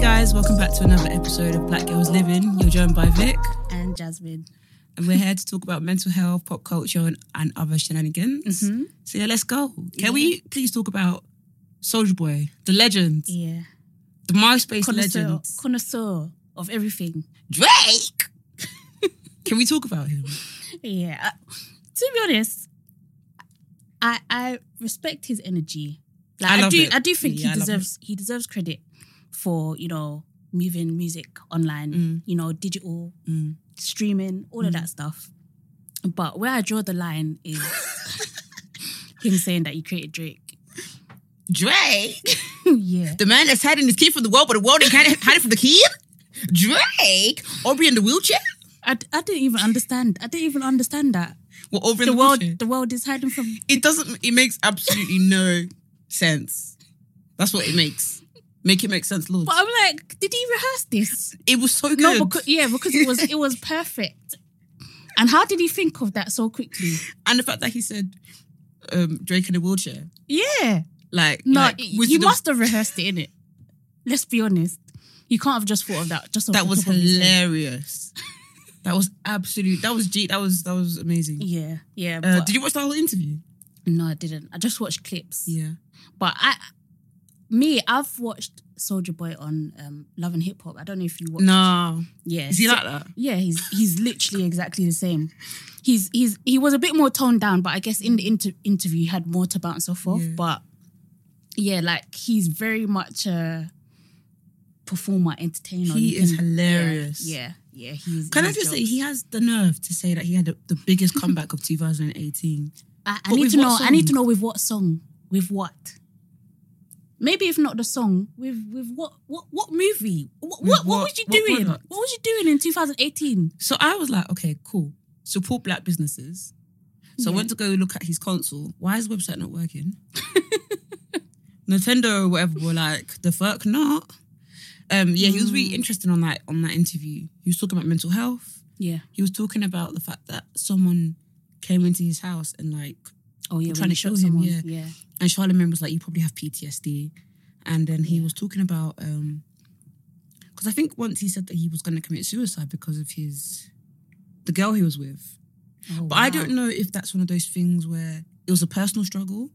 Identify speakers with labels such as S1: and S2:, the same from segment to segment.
S1: guys, welcome back to another episode of Black Girls Living. You're joined by Vic,
S2: and Jasmine.
S1: and we're here to talk about mental health, pop culture, and, and other shenanigans. So Mm-hmm. yeah, let's go. Can we please talk about Soldier Boy, the legend,
S2: Yeah.
S1: the MySpace
S2: Connoisseur,
S1: legend,
S2: connoisseur of everything.
S1: Drake? Can we talk about him?
S2: Yeah. I- Uh, To be honest, I I respect his energy. Like
S1: I
S2: I,
S1: love
S2: do
S1: it.
S2: I do think
S1: Yeah, I
S2: he
S1: love
S2: deserves he deserves credit for, you know, moving music online,
S1: Mm.
S2: you know, digital
S1: Mm.
S2: streaming, all of that stuff. But where I draw the line is him saying that he created Drake.
S1: Drake,
S2: yeah.
S1: the man that's hiding his kid from the world, but the world ain't hiding from the kid. Drake, Aubrey in the wheelchair.
S2: I, I didn't even understand. I didn't even understand that.
S1: Well, Aubrey
S2: The
S1: in the
S2: world
S1: wheelchair.
S2: the world is hiding from
S1: It doesn't. It makes absolutely no sense. That's what it makes. Make it make sense, Lord.
S2: But I'm like, did he rehearse this?
S1: It was so good.
S2: No, because yeah, because it was it was perfect. And how did he think of that so quickly?
S1: and the fact that he said um, Drake in a wheelchair,
S2: Yeah.
S1: like
S2: No,
S1: like,
S2: y-
S1: Wizard
S2: you
S1: of-
S2: must have rehearsed it, innit? Let's be honest. You can't have just thought of that. Just off
S1: That
S2: the
S1: was
S2: top of his head.
S1: hilarious. that was absolute. That was G. That was that was amazing.
S2: Yeah, yeah.
S1: Uh,
S2: but-
S1: did you watch the whole interview?
S2: no, I didn't. I just watched clips.
S1: Yeah.
S2: But I, me, I've watched Soldier Boy on um, Love and Hip Hop. I don't know if you watched.
S1: No.
S2: Yeah.
S1: Is he
S2: so-
S1: like that?
S2: Yeah, he's he's literally exactly the same. He's he's he was a bit more toned down, but I guess in the inter- interview he had more to bounce off of.
S1: Yeah.
S2: But yeah, like he's very much a performer, entertainer.
S1: He
S2: You
S1: is
S2: can-
S1: hilarious.
S2: Yeah, yeah, he's.
S1: Can I
S2: he's
S1: just say
S2: jokes.
S1: he has the nerve to say that he had the, the biggest comeback of 2018?
S2: I, I
S1: but
S2: need
S1: with
S2: to
S1: what
S2: know. I need to
S1: song?
S2: know with what song, with what. Maybe if not the song, with with what what what movie? What
S1: With
S2: what, what,
S1: what-
S2: was you
S1: what
S2: doing?
S1: product?
S2: what was you doing in 2018?
S1: So I was like, okay, cool. Support black businesses. So I
S2: Yeah.
S1: went to go look at his console. Why is his website not working? Nintendo or whatever were like, the fuck not. Um, yeah, he was really interesting on that on that interview. He was talking about mental health.
S2: Yeah.
S1: He was talking about the fact that someone came into his house and like
S2: Oh yeah.
S1: Trying to
S2: when he shot
S1: kill him,
S2: someone.
S1: yeah.
S2: yeah.
S1: and Charlemagne was like, "You probably have PTSD," and then he was talking about um because I think once he said that he was going to commit suicide because of his the girl he was with.
S2: Oh,
S1: But I
S2: wow.
S1: don't know if that's one of those things where it was a personal struggle,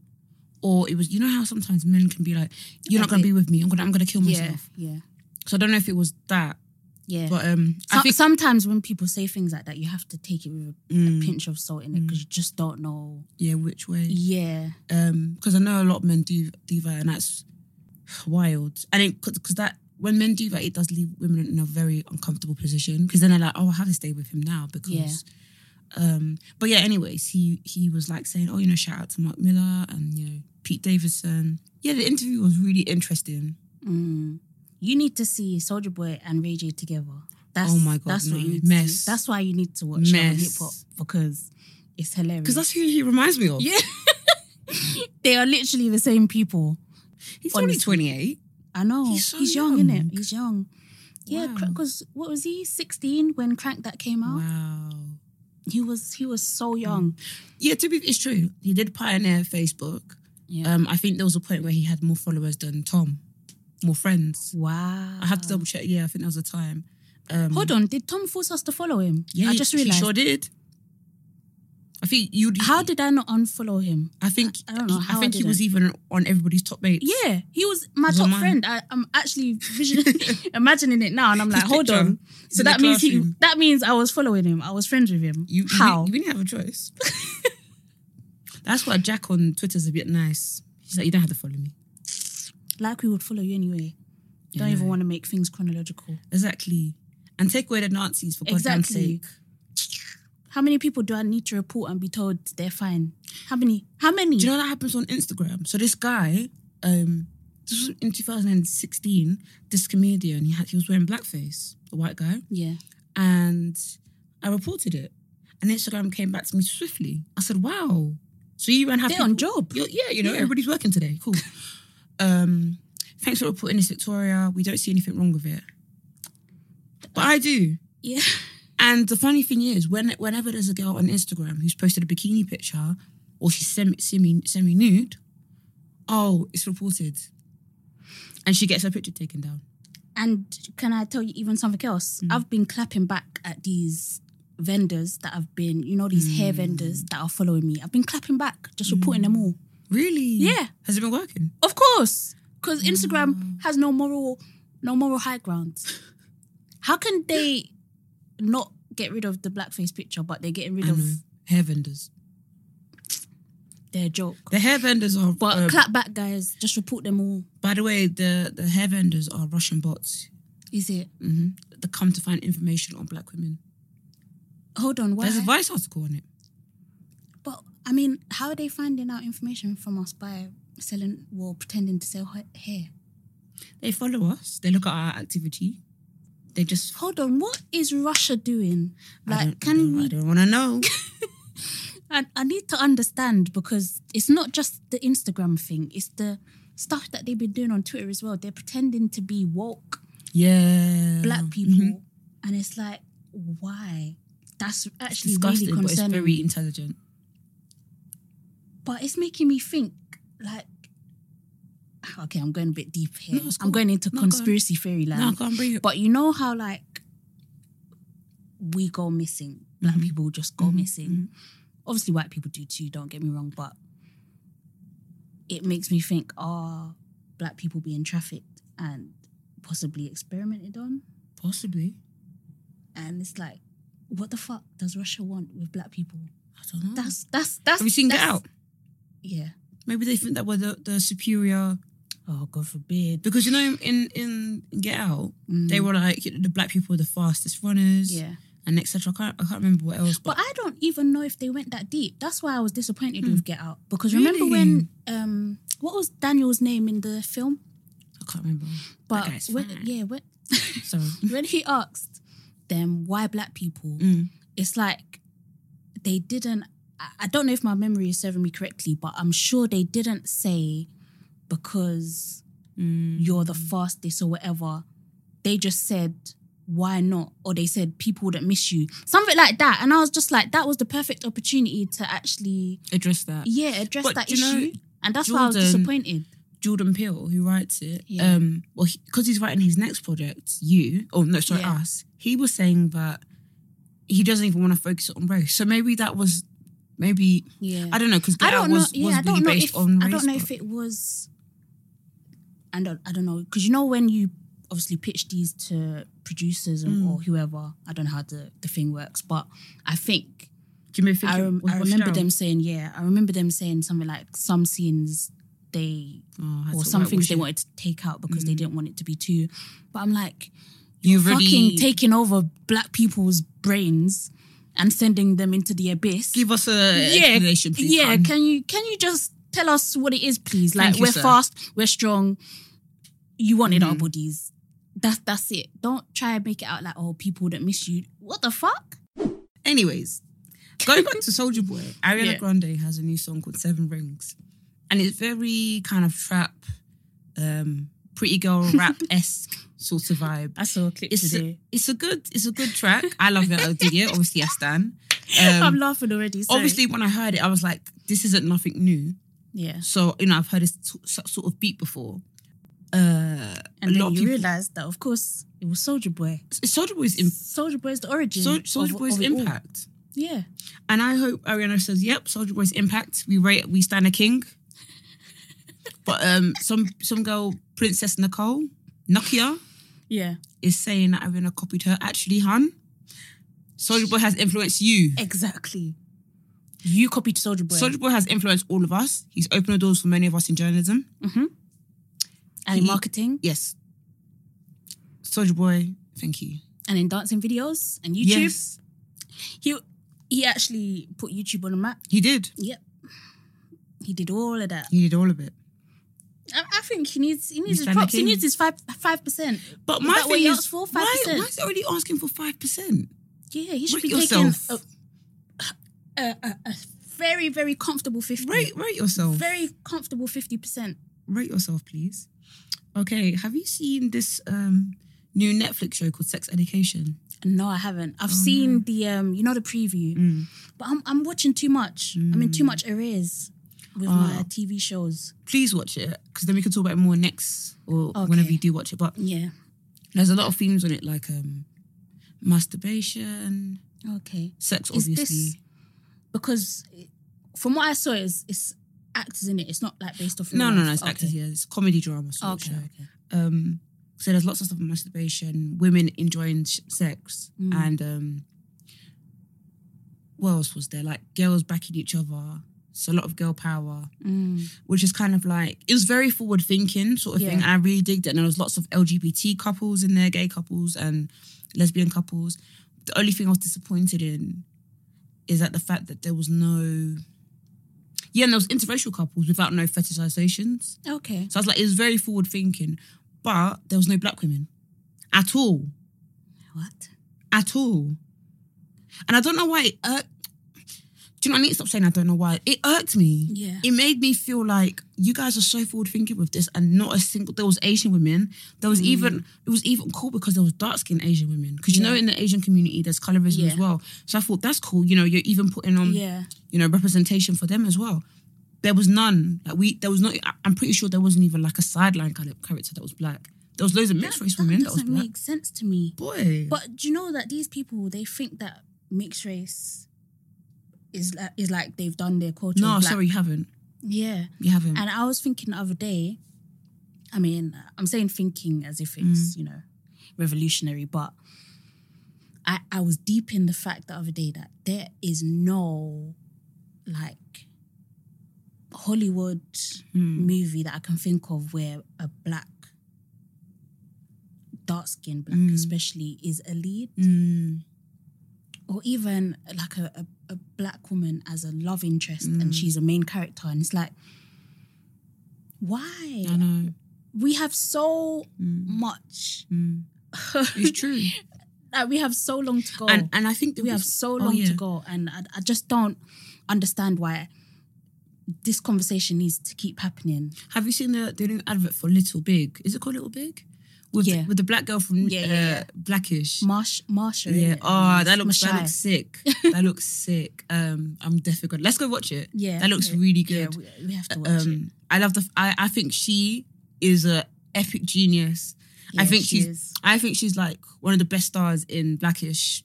S1: or it was you know how sometimes men can be like, "You're not
S2: That's
S1: going
S2: it.
S1: to be with me. I'm gonna I'm gonna kill
S2: Yeah,
S1: myself."
S2: yeah,
S1: So I don't know if it was that,
S2: yeah.
S1: but um, I
S2: So-
S1: think
S2: sometimes when people say things like that, you have to take it with a
S1: Mm.
S2: pinch of salt in it because you just don't know.
S1: yeah, which way?
S2: Yeah,
S1: Um, because I know a lot of men do do that, and that's wild. And it because that when men do that, it does leave women in a very uncomfortable position because then they're like, "Oh, I have to stay with him now because."
S2: Yeah.
S1: Um, but yeah, anyways, he he was like saying, "Oh, you know, shout out to Mark Miller and you know Pete Davidson." Yeah, the interview was really interesting.
S2: mm. you need to see Soldier Boy and Ray J together. That's
S1: Oh my God,
S2: that's what
S1: no.
S2: you need to
S1: Mess.
S2: see. That's why you need to watch Love and Hip
S1: Mess.
S2: Hop because it's hilarious.
S1: Because that's who he reminds me of.
S2: Yeah. they are literally the same people.
S1: He's only
S2: Honestly.
S1: 28.
S2: I know
S1: He's so
S2: young,
S1: young.
S2: innit? He's young. Yeah,
S1: Wow.
S2: because what was he? Sixteen when Crank that came out.
S1: Wow. Mm.
S2: He was he was so young.
S1: Yeah, to be it's true. He did pioneer Facebook.
S2: Yeah.
S1: Um, I think there was a point where he had more followers than Tom, more friends.
S2: wow.
S1: I have to double check. Yeah, I think that was a time. Um,
S2: Hold on, did Tom force us to follow him?
S1: Yeah,
S2: I just
S1: he-
S2: realized.
S1: he sure did. I think you.
S2: How did I not unfollow him?
S1: I think
S2: I don't know
S1: he-
S2: how I
S1: think he
S2: didn't.
S1: was even on everybody's top mates.
S2: Yeah, he was my
S1: Was
S2: top
S1: on mine.
S2: friend. I, I'm actually vision- imagining it now, and I'm like,
S1: His
S2: hold
S1: picture
S2: on.
S1: is
S2: So
S1: in the
S2: that means he.
S1: classroom.
S2: That means I was following him. I was friends with him.
S1: You, you
S2: How?
S1: didn't- You, didn't have a choice. That's why Jack on Twitter's a bit nice. He's like, you don't have to follow me.
S2: like we would follow you anyway. Don't
S1: Yeah.
S2: even want to make things chronological.
S1: Exactly. And take away the Nazis for God's damn
S2: Exactly.
S1: sake.
S2: How many people do I need to report and be told they're fine? How many? How many?
S1: Do you know that happens on Instagram? So this guy, um, this was in 2016. This comedian, he had he was wearing blackface, a white guy,
S2: yeah.
S1: and I reported it. And Instagram came back to me swiftly. I said, "Wow, so you and have
S2: They're on
S1: people-
S2: job.
S1: You're- yeah, you know,
S2: Yeah.
S1: everybody's working today. Cool. um, thanks for reporting this, Victoria. We don't see anything wrong with it, but I do.
S2: Yeah.
S1: And the funny thing is, when whenever there's a girl on Instagram who's posted a bikini picture or she's semi semi semi nude, oh, it's reported, and she gets her picture taken down.
S2: And can I tell you even something else?
S1: Mm.
S2: I've been clapping back at these vendors that have been, you know, these
S1: Mm.
S2: hair vendors that are following me. I've been clapping back, just reporting them all.
S1: Really?
S2: Yeah.
S1: Has it been working?
S2: Of course, because
S1: Mm.
S2: Instagram has no moral, no moral high ground. How can they not get rid of the blackface picture, but they're getting rid
S1: I
S2: of
S1: know. Hair vendors.
S2: their joke?
S1: The hair vendors are.
S2: But
S1: uh,
S2: clap back, guys. Just report them all.
S1: by the way, the the hair vendors are Russian bots.
S2: Is it?
S1: hmm That come to find information on black women.
S2: Hold on. Why?
S1: There's a Vice article on it.
S2: But I mean, how are they finding out information from us by selling well, pretending to sell ha- hair?
S1: They follow us. They look at our activity. They just.
S2: Hold on, what is Russia doing?
S1: I
S2: Like,
S1: don't,
S2: can
S1: I don't,
S2: we?
S1: I don't want to know.
S2: I, I need to understand because it's not just the Instagram thing; it's the stuff that they've been doing on Twitter as well. They're pretending to be woke
S1: yeah.
S2: black
S1: Mhm.
S2: people, and it's like, why? That's
S1: It's
S2: actually really
S1: disgusting, but it's
S2: concerning.
S1: very intelligent.
S2: but it's making me think like okay i'm going a bit deep here
S1: No, it's
S2: i'm
S1: cool.
S2: going into
S1: No, go on.
S2: conspiracy theory land
S1: No, I can't bring it.
S2: but you know how like we go missing black
S1: Mhm.
S2: people just go
S1: Mhm,
S2: missing obviously white people do too don't get me wrong but it makes me think are black people being trafficked and possibly experimented on
S1: Possibly.
S2: and it's like what the fuck does russia want with black people
S1: I don't know.
S2: that's that's that's
S1: Mm. Have you seen Get
S2: that's-
S1: Out?
S2: yeah
S1: Maybe they think that we're the, the superior.
S2: oh god forbid
S1: Because you know, in in Get Out, they were like you know, the black people were the fastest runners,
S2: yeah
S1: and etc. I can't I can't remember what else.
S2: But
S1: But,
S2: I don't even know if they went that deep. That's why I was disappointed with Get Out. Because remember
S1: Hmm. Really?
S2: when um what was Daniel's name in the film?
S1: I can't remember.
S2: But
S1: guy's
S2: when,
S1: fat.
S2: yeah, when,
S1: Sorry.
S2: when he asked them why black people,
S1: Mm.
S2: it's like they didn't I- I don't know if my memory is serving me correctly, but I'm sure they didn't say because
S1: Mm.
S2: you're the fastest or whatever. They just said, why not? Or they said, people wouldn't miss you. Something like that. And I was just like, that was the perfect opportunity to actually,
S1: Address that.
S2: yeah, address
S1: Uh, But
S2: that
S1: do you know,
S2: issue. and that's why I was
S1: Jordan-
S2: disappointed.
S1: Jordan Peele, who writes it,
S2: Yeah.
S1: um, well, because he's writing his next project, you, oh no, sorry,
S2: Yeah.
S1: us. He was saying that he doesn't even want to focus on race. So maybe that was, maybe
S2: Yeah.
S1: I don't know, because
S2: I
S1: Get Out was,
S2: know.
S1: was
S2: Yeah, I
S1: really
S2: don't know
S1: based
S2: if,
S1: on race.
S2: I don't know if
S1: but-
S2: it was, I don't, I don't know. Because you know, when you obviously pitch these to producers and,
S1: Mm.
S2: or whoever, I don't know how the, the thing works, but I think
S1: do you maybe think
S2: I,
S1: it
S2: rem-
S1: was
S2: I
S1: washed
S2: remember
S1: down?
S2: them saying, yeah, I remember them saying something like some scenes they
S1: Oh, I
S2: or
S1: thought
S2: some
S1: that
S2: things
S1: was
S2: they
S1: it.
S2: wanted to take out because
S1: Mm.
S2: they didn't want it to be too. But I'm like,
S1: You've
S2: fucking
S1: already
S2: taking over black people's brains and sending them into the abyss.
S1: give us a
S2: yeah,
S1: explanation, please. Um,
S2: yeah.
S1: hun.
S2: Can you can you just tell us what it is, please? Like
S1: Thank you,
S2: we're
S1: sir. Mm-hmm.
S2: fast, we're strong. You wanted our bodies. That's that's it. Don't try and make it out like oh people that miss you. What the fuck?
S1: Anyways, going back to Soldier Boy, Ariana
S2: Yeah.
S1: Grande has a new song called Seven Rings, and it's very kind of trap, um, pretty girl rap esque sort of vibe.
S2: I saw a clip
S1: It's a, it's a good it's a good track. I love it. I dig it. Obviously, I stan.
S2: I'm
S1: Um,
S2: laughing already. sorry.
S1: obviously, when I heard it, I was like, "This isn't nothing new."
S2: yeah.
S1: So you know, I've heard this t- so- sort of beat before. Uh,
S2: And
S1: a
S2: then
S1: lot of
S2: you
S1: people.
S2: realize that, of course, it was Soldier Boy.
S1: Soldier Boy's in,
S2: Soldier Boy's the origin.
S1: Sol- Soldier
S2: of-
S1: Boy's
S2: of it all.
S1: impact.
S2: Yeah.
S1: And I hope Ariana says, "Yep, Soldier Boy's impact. We rate, we stand a king." But um, some some girl, Princess Nicole Nokia,
S2: Yeah.
S1: is saying that Ariana copied her. Actually, hun, Soldier Boy has influenced you.
S2: Exactly. You copied Soldier Boy.
S1: Soldier Boy has influenced all of us. He's opened the doors for many of us in journalism.
S2: Mm-hmm. and in
S1: he-
S2: marketing
S1: Yes, Soldier Boy, thank you.
S2: and in dancing videos and YouTube.
S1: Yes,
S2: He he actually put YouTube on the map.
S1: he did.
S2: Yep. He did all of that.
S1: He did all of it.
S2: I, I think he needs he needs
S1: He's
S2: his props. He
S1: panicking.
S2: needs his five five percent.
S1: But
S2: Is
S1: my
S2: that what
S1: thing
S2: he
S1: is,
S2: asked for?
S1: why,
S2: 5%?
S1: why is he already asking for five percent?
S2: Yeah, he should
S1: Rate
S2: be
S1: yourself.
S2: taking a, a, a, a very very comfortable fifty.
S1: Rate rate yourself.
S2: Very comfortable fifty percent.
S1: rate yourself, please. Okay, have you seen this um, new Netflix show called Sex Education?
S2: No, I haven't. I've
S1: Mm.
S2: seen the um, you know the preview, but I'm I'm watching too much. I'm in too
S1: Mm.
S2: much arrears with
S1: Oh.
S2: my TV shows.
S1: Please watch it because then we can talk about it more next or
S2: Okay.
S1: whenever you do watch it. But
S2: Yeah,
S1: There's a lot of themes on it, like um, masturbation,
S2: Okay.
S1: sex,
S2: Is
S1: obviously.
S2: this because it- from what I saw, is it's actors in it. It's not like based off.
S1: no,
S2: real
S1: no,
S2: life.
S1: no. It's
S2: Okay.
S1: actors. Yeah, it's comedy drama. Sort of
S2: Okay.
S1: show.
S2: okay.
S1: Um, so there's lots of stuff on masturbation, women enjoying sh- sex,
S2: Mm.
S1: and um, what else was there? Like girls backing each other. So a lot of girl power,
S2: Mm.
S1: which is kind of like it was very forward thinking sort of thing. And
S2: Yeah.
S1: I really digged it. And there was lots of LGBT couples in there, gay couples and lesbian couples. The only thing I was disappointed in is that the fact that there was no yeah, and there was interracial couples without no fetishizations.
S2: Okay.
S1: So I was like, it was very forward thinking, but there was no black women at all,
S2: What?
S1: at all. And I don't know why it irked. Do you know? I need to stop saying I don't know why it irked me.
S2: Yeah.
S1: It made me feel like you guys are so forward thinking with this, and not a single. There was Asian women. There
S2: Mm.
S1: was even it was even cool because there was dark skinned Asian women. Because you know,
S2: Yeah.
S1: in the Asian community, there's colorism as
S2: Yeah.
S1: well. So I thought that's cool. You know, you're even putting on
S2: Mm. yeah.
S1: you know, representation for them as well. There was none. Like we, there was not. I- I'm pretty sure there wasn't even like a sideline kind of character that was black. There was loads of mixed race
S2: that
S1: women that was
S2: doesn't
S1: black.
S2: make sense to me.
S1: Boy,
S2: But do you know that these people they think that mixed race is like is like they've done their culture.
S1: no,
S2: black.
S1: sorry, you haven't.
S2: Yeah.
S1: You haven't.
S2: And I was thinking the other day, I mean, I'm saying thinking as if it's, you know, revolutionary, but I, I was deep in the fact the other day that there is no like Hollywood
S1: Hmm.
S2: movie that I can think of where a black, dark skinned black
S1: Mm.
S2: especially, is a lead
S1: Mm,
S2: or even like a, a, a black woman as a love interest
S1: Mm.
S2: and she's a main character and it's like why
S1: I know.
S2: we have so
S1: Mm,
S2: much
S1: mm. It's true.
S2: like we have so long to go
S1: And and I think that
S2: Oh. we have so long
S1: yeah.
S2: to go and I, I just don't understand why this conversation needs to keep happening
S1: Have you seen the the new advert for Little Big? Is it called Little Big? With
S2: Yeah.
S1: the, with the black girl from
S2: Yeah,
S1: uh,
S2: yeah, yeah.
S1: Blackish.
S2: marsh marsha
S1: yeah.
S2: innit?
S1: Oh, that looks that
S2: Mashai.
S1: looks sick. that looks sick. Um, I'm definitely gonna let's go watch it.
S2: yeah
S1: That looks
S2: yeah.
S1: really
S2: Yeah,
S1: good.
S2: we, we have to watch it
S1: um, I love the. I, I think she is a epic genius. I
S2: Yeah,
S1: think
S2: she
S1: she's-
S2: is.
S1: I think she's like one of the best stars in Blackish.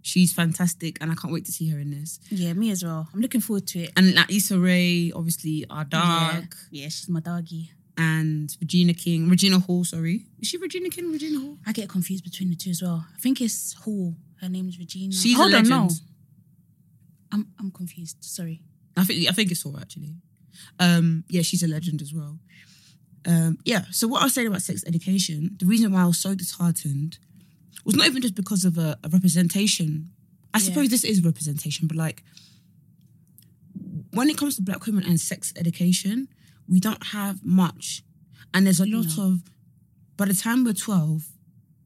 S1: She's fantastic, and I can't wait to see her in this.
S2: yeah me as well i'm looking forward to it
S1: And like Issa Rae, obviously our dog,
S2: yeah, yeah she's my doggy
S1: and Regina King, Regina Hall. Sorry, is she Regina King? Regina Hall?
S2: I get confused between the two as well. I think it's Hall. Her name's Regina.
S1: She's a
S2: Hold on, no.
S1: legend.
S2: I'm I'm confused. Sorry.
S1: I think I think it's all actually. Um, yeah, she's a legend as well. Um, yeah. So what I was saying about sex education, the reason why I was so disheartened was not even just because of a, a representation. I
S2: Yeah.
S1: suppose this is representation, but like when it comes to black women and sex education, we don't have much, and there's a lot
S2: No.
S1: of. By the time we're twelve,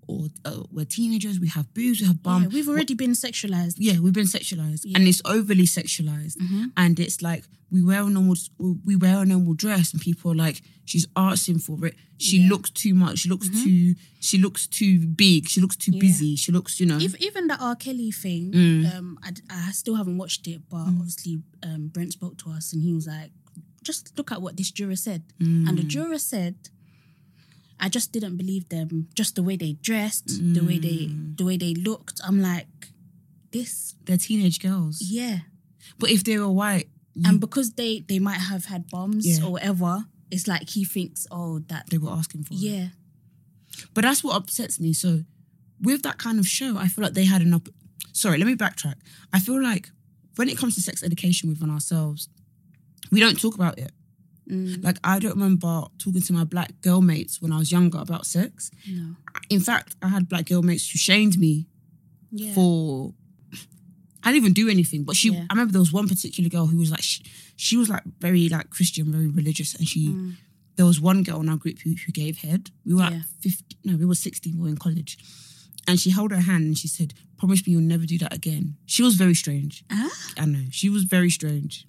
S1: or uh, we're teenagers, we have boobs, we have bum.
S2: yeah, we've already been sexualized.
S1: Um, yeah, we've been sexualized,
S2: Yeah.
S1: and it's overly sexualized
S2: Mhm.
S1: and it's like we wear a normal we wear a normal dress and people are like she's asking for it she
S2: Yeah. Mm-hmm.
S1: looks too much she looks too she looks too big she looks too
S2: Yeah.
S1: busy she looks you know
S2: Ev- Even the R. Kelly thing,
S1: Mm.
S2: um, I, d- I still haven't watched it, but obviously um, Brent spoke to us and he was like, just look at what this juror said.
S1: Mm.
S2: And the juror said, I just didn't believe them, just the way they dressed, the way they
S1: Mm.
S2: the way they looked. I'm like, this,
S1: they're teenage girls
S2: yeah.
S1: but if they were white you-
S2: and because they they might have had bombs
S1: Mm. Yeah.
S2: or whatever it's like he thinks oh that
S1: they were asking for it
S2: yeah
S1: but that's what upsets me so with that kind of show i feel like they had an up sorry let me backtrack i feel like when it comes to sex education within ourselves we don't talk about it
S2: Mm,
S1: like i don't remember talking to my black girl mates when i was younger about sex
S2: no
S1: in fact, I had black girl mates who shamed me
S2: yeah
S1: for. I didn't even do anything, but she.
S2: Yeah.
S1: I remember there was one particular girl who was like, she, she was like very like Christian, very religious, and she.
S2: Mm.
S1: There was one girl in our group who, who gave head. We were
S2: Yeah.
S1: at fifty. No, we were sixteen. We were in college, and she held her hand and she said, "Promise me you'll never do that again." She was very strange.
S2: Ah,
S1: I know she was very strange.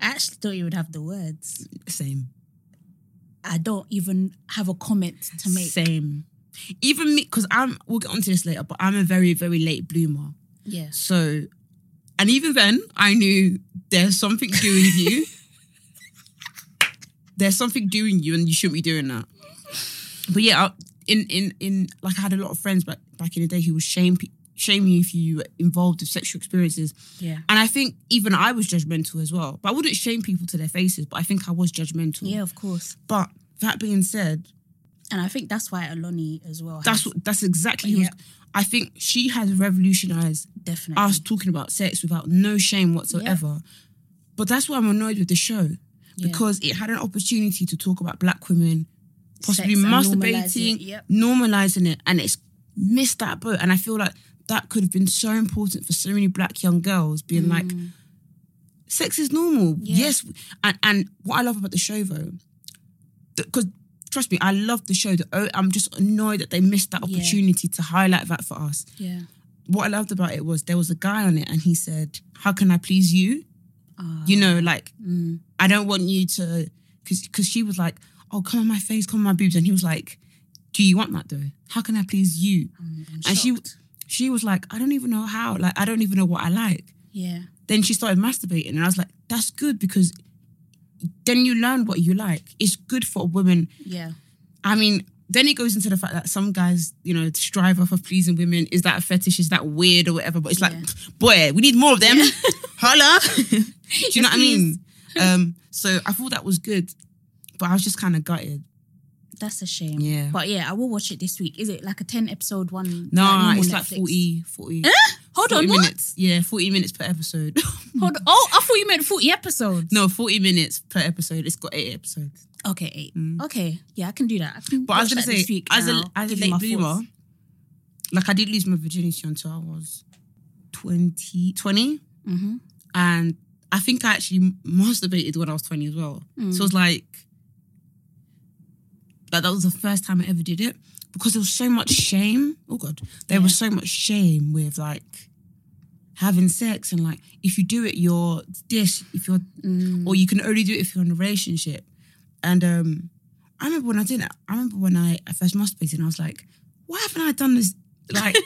S2: i actually thought you would have the words
S1: Same.
S2: i don't even have a comment to make
S1: Same. Even me, because I'm. We'll get onto this later, but I'm a very very late bloomer.
S2: yeah
S1: So, and even then, I knew there's something doing you. there's something doing you, and you shouldn't be doing that. But yeah, I, in in in like I had a lot of friends back back in the day who would shame pe- shame you if you were involved with sexual experiences,
S2: Yeah.
S1: and I think even I was judgmental as well. But I wouldn't shame people to their faces, but I think I was judgmental.
S2: Yeah, of course.
S1: But that being said,
S2: And I think that's why Aloni as well.
S1: that's
S2: has-
S1: what that's exactly.
S2: Yeah.
S1: who's I think she has revolutionized
S2: definitely.
S1: us talking about sex without no shame whatsoever. But that's why I'm annoyed with the show
S2: Yeah.
S1: because it had an opportunity to talk about black women possibly
S2: Sex and
S1: masturbating,
S2: normalising it, yep.
S1: normalizing it, and it's missed that boat. And I feel like that could have been so important for so many black young girls being like, sex is normal.
S2: Mm. Yeah.
S1: Yes. And and what I love about the show though, because trust me, I love the show. The, oh, I'm just annoyed that they missed that
S2: Yeah.
S1: opportunity to highlight that for us
S2: Yeah.
S1: what I loved about it was there was a guy on it and he said, How can I please you?
S2: Ah.
S1: You know, like,
S2: Mm.
S1: I don't want you to, because she was like, Oh, come on my face, come on my boobs. And he was like, Do you want that though? How can I please you?
S2: I'm, I'm
S1: And she-
S2: shocked.
S1: She was like, I don't even know how. Like, I don't even know what I like.
S2: Yeah.
S1: Then she started masturbating and I was like, That's good because then you learn what you like. It's good for a woman
S2: Yeah.
S1: I mean, then it goes into the fact that some guys, you know, strive off of pleasing women. Is that a fetish? Is that weird or whatever? But it's like,
S2: Yeah.
S1: boy, we need more of them. Holla. Do you know what I mean? Um, so I thought that was good, but I was just kind of gutted.
S2: That's a shame.
S1: Yeah.
S2: But yeah, I will watch it this week. Is it like a 10 episode one?
S1: No,
S2: normal
S1: it's like
S2: Netflix? Eh?
S1: 40, 40,
S2: Hold
S1: 40
S2: on, what?
S1: minutes. Yeah, 40 minutes per episode.
S2: Hold on. Oh, I thought you meant 40 episodes.
S1: no, 40 minutes per episode. It's got eight episodes.
S2: Okay, eight. Okay. Yeah, I can do that. I can
S1: But I was
S2: watch
S1: going to
S2: that this
S1: say,
S2: week
S1: as a,
S2: now,
S1: as a
S2: give you
S1: late
S2: my
S1: bloomer,
S2: thoughts.
S1: like I did lose my virginity until I was 20, 20.
S2: Mhm.
S1: and I think I actually masturbated when I was 20 as well. So it was like, like that was the first time I ever did it because there was so much shame. Oh God, there was so much shame with like having sex and like if you do it, you're this. If you're,
S2: Mm.
S1: or you can only do it if you're in a relationship. And um I remember when I did it. I remember when I, I first masturbated, and I was like, why haven't I done this like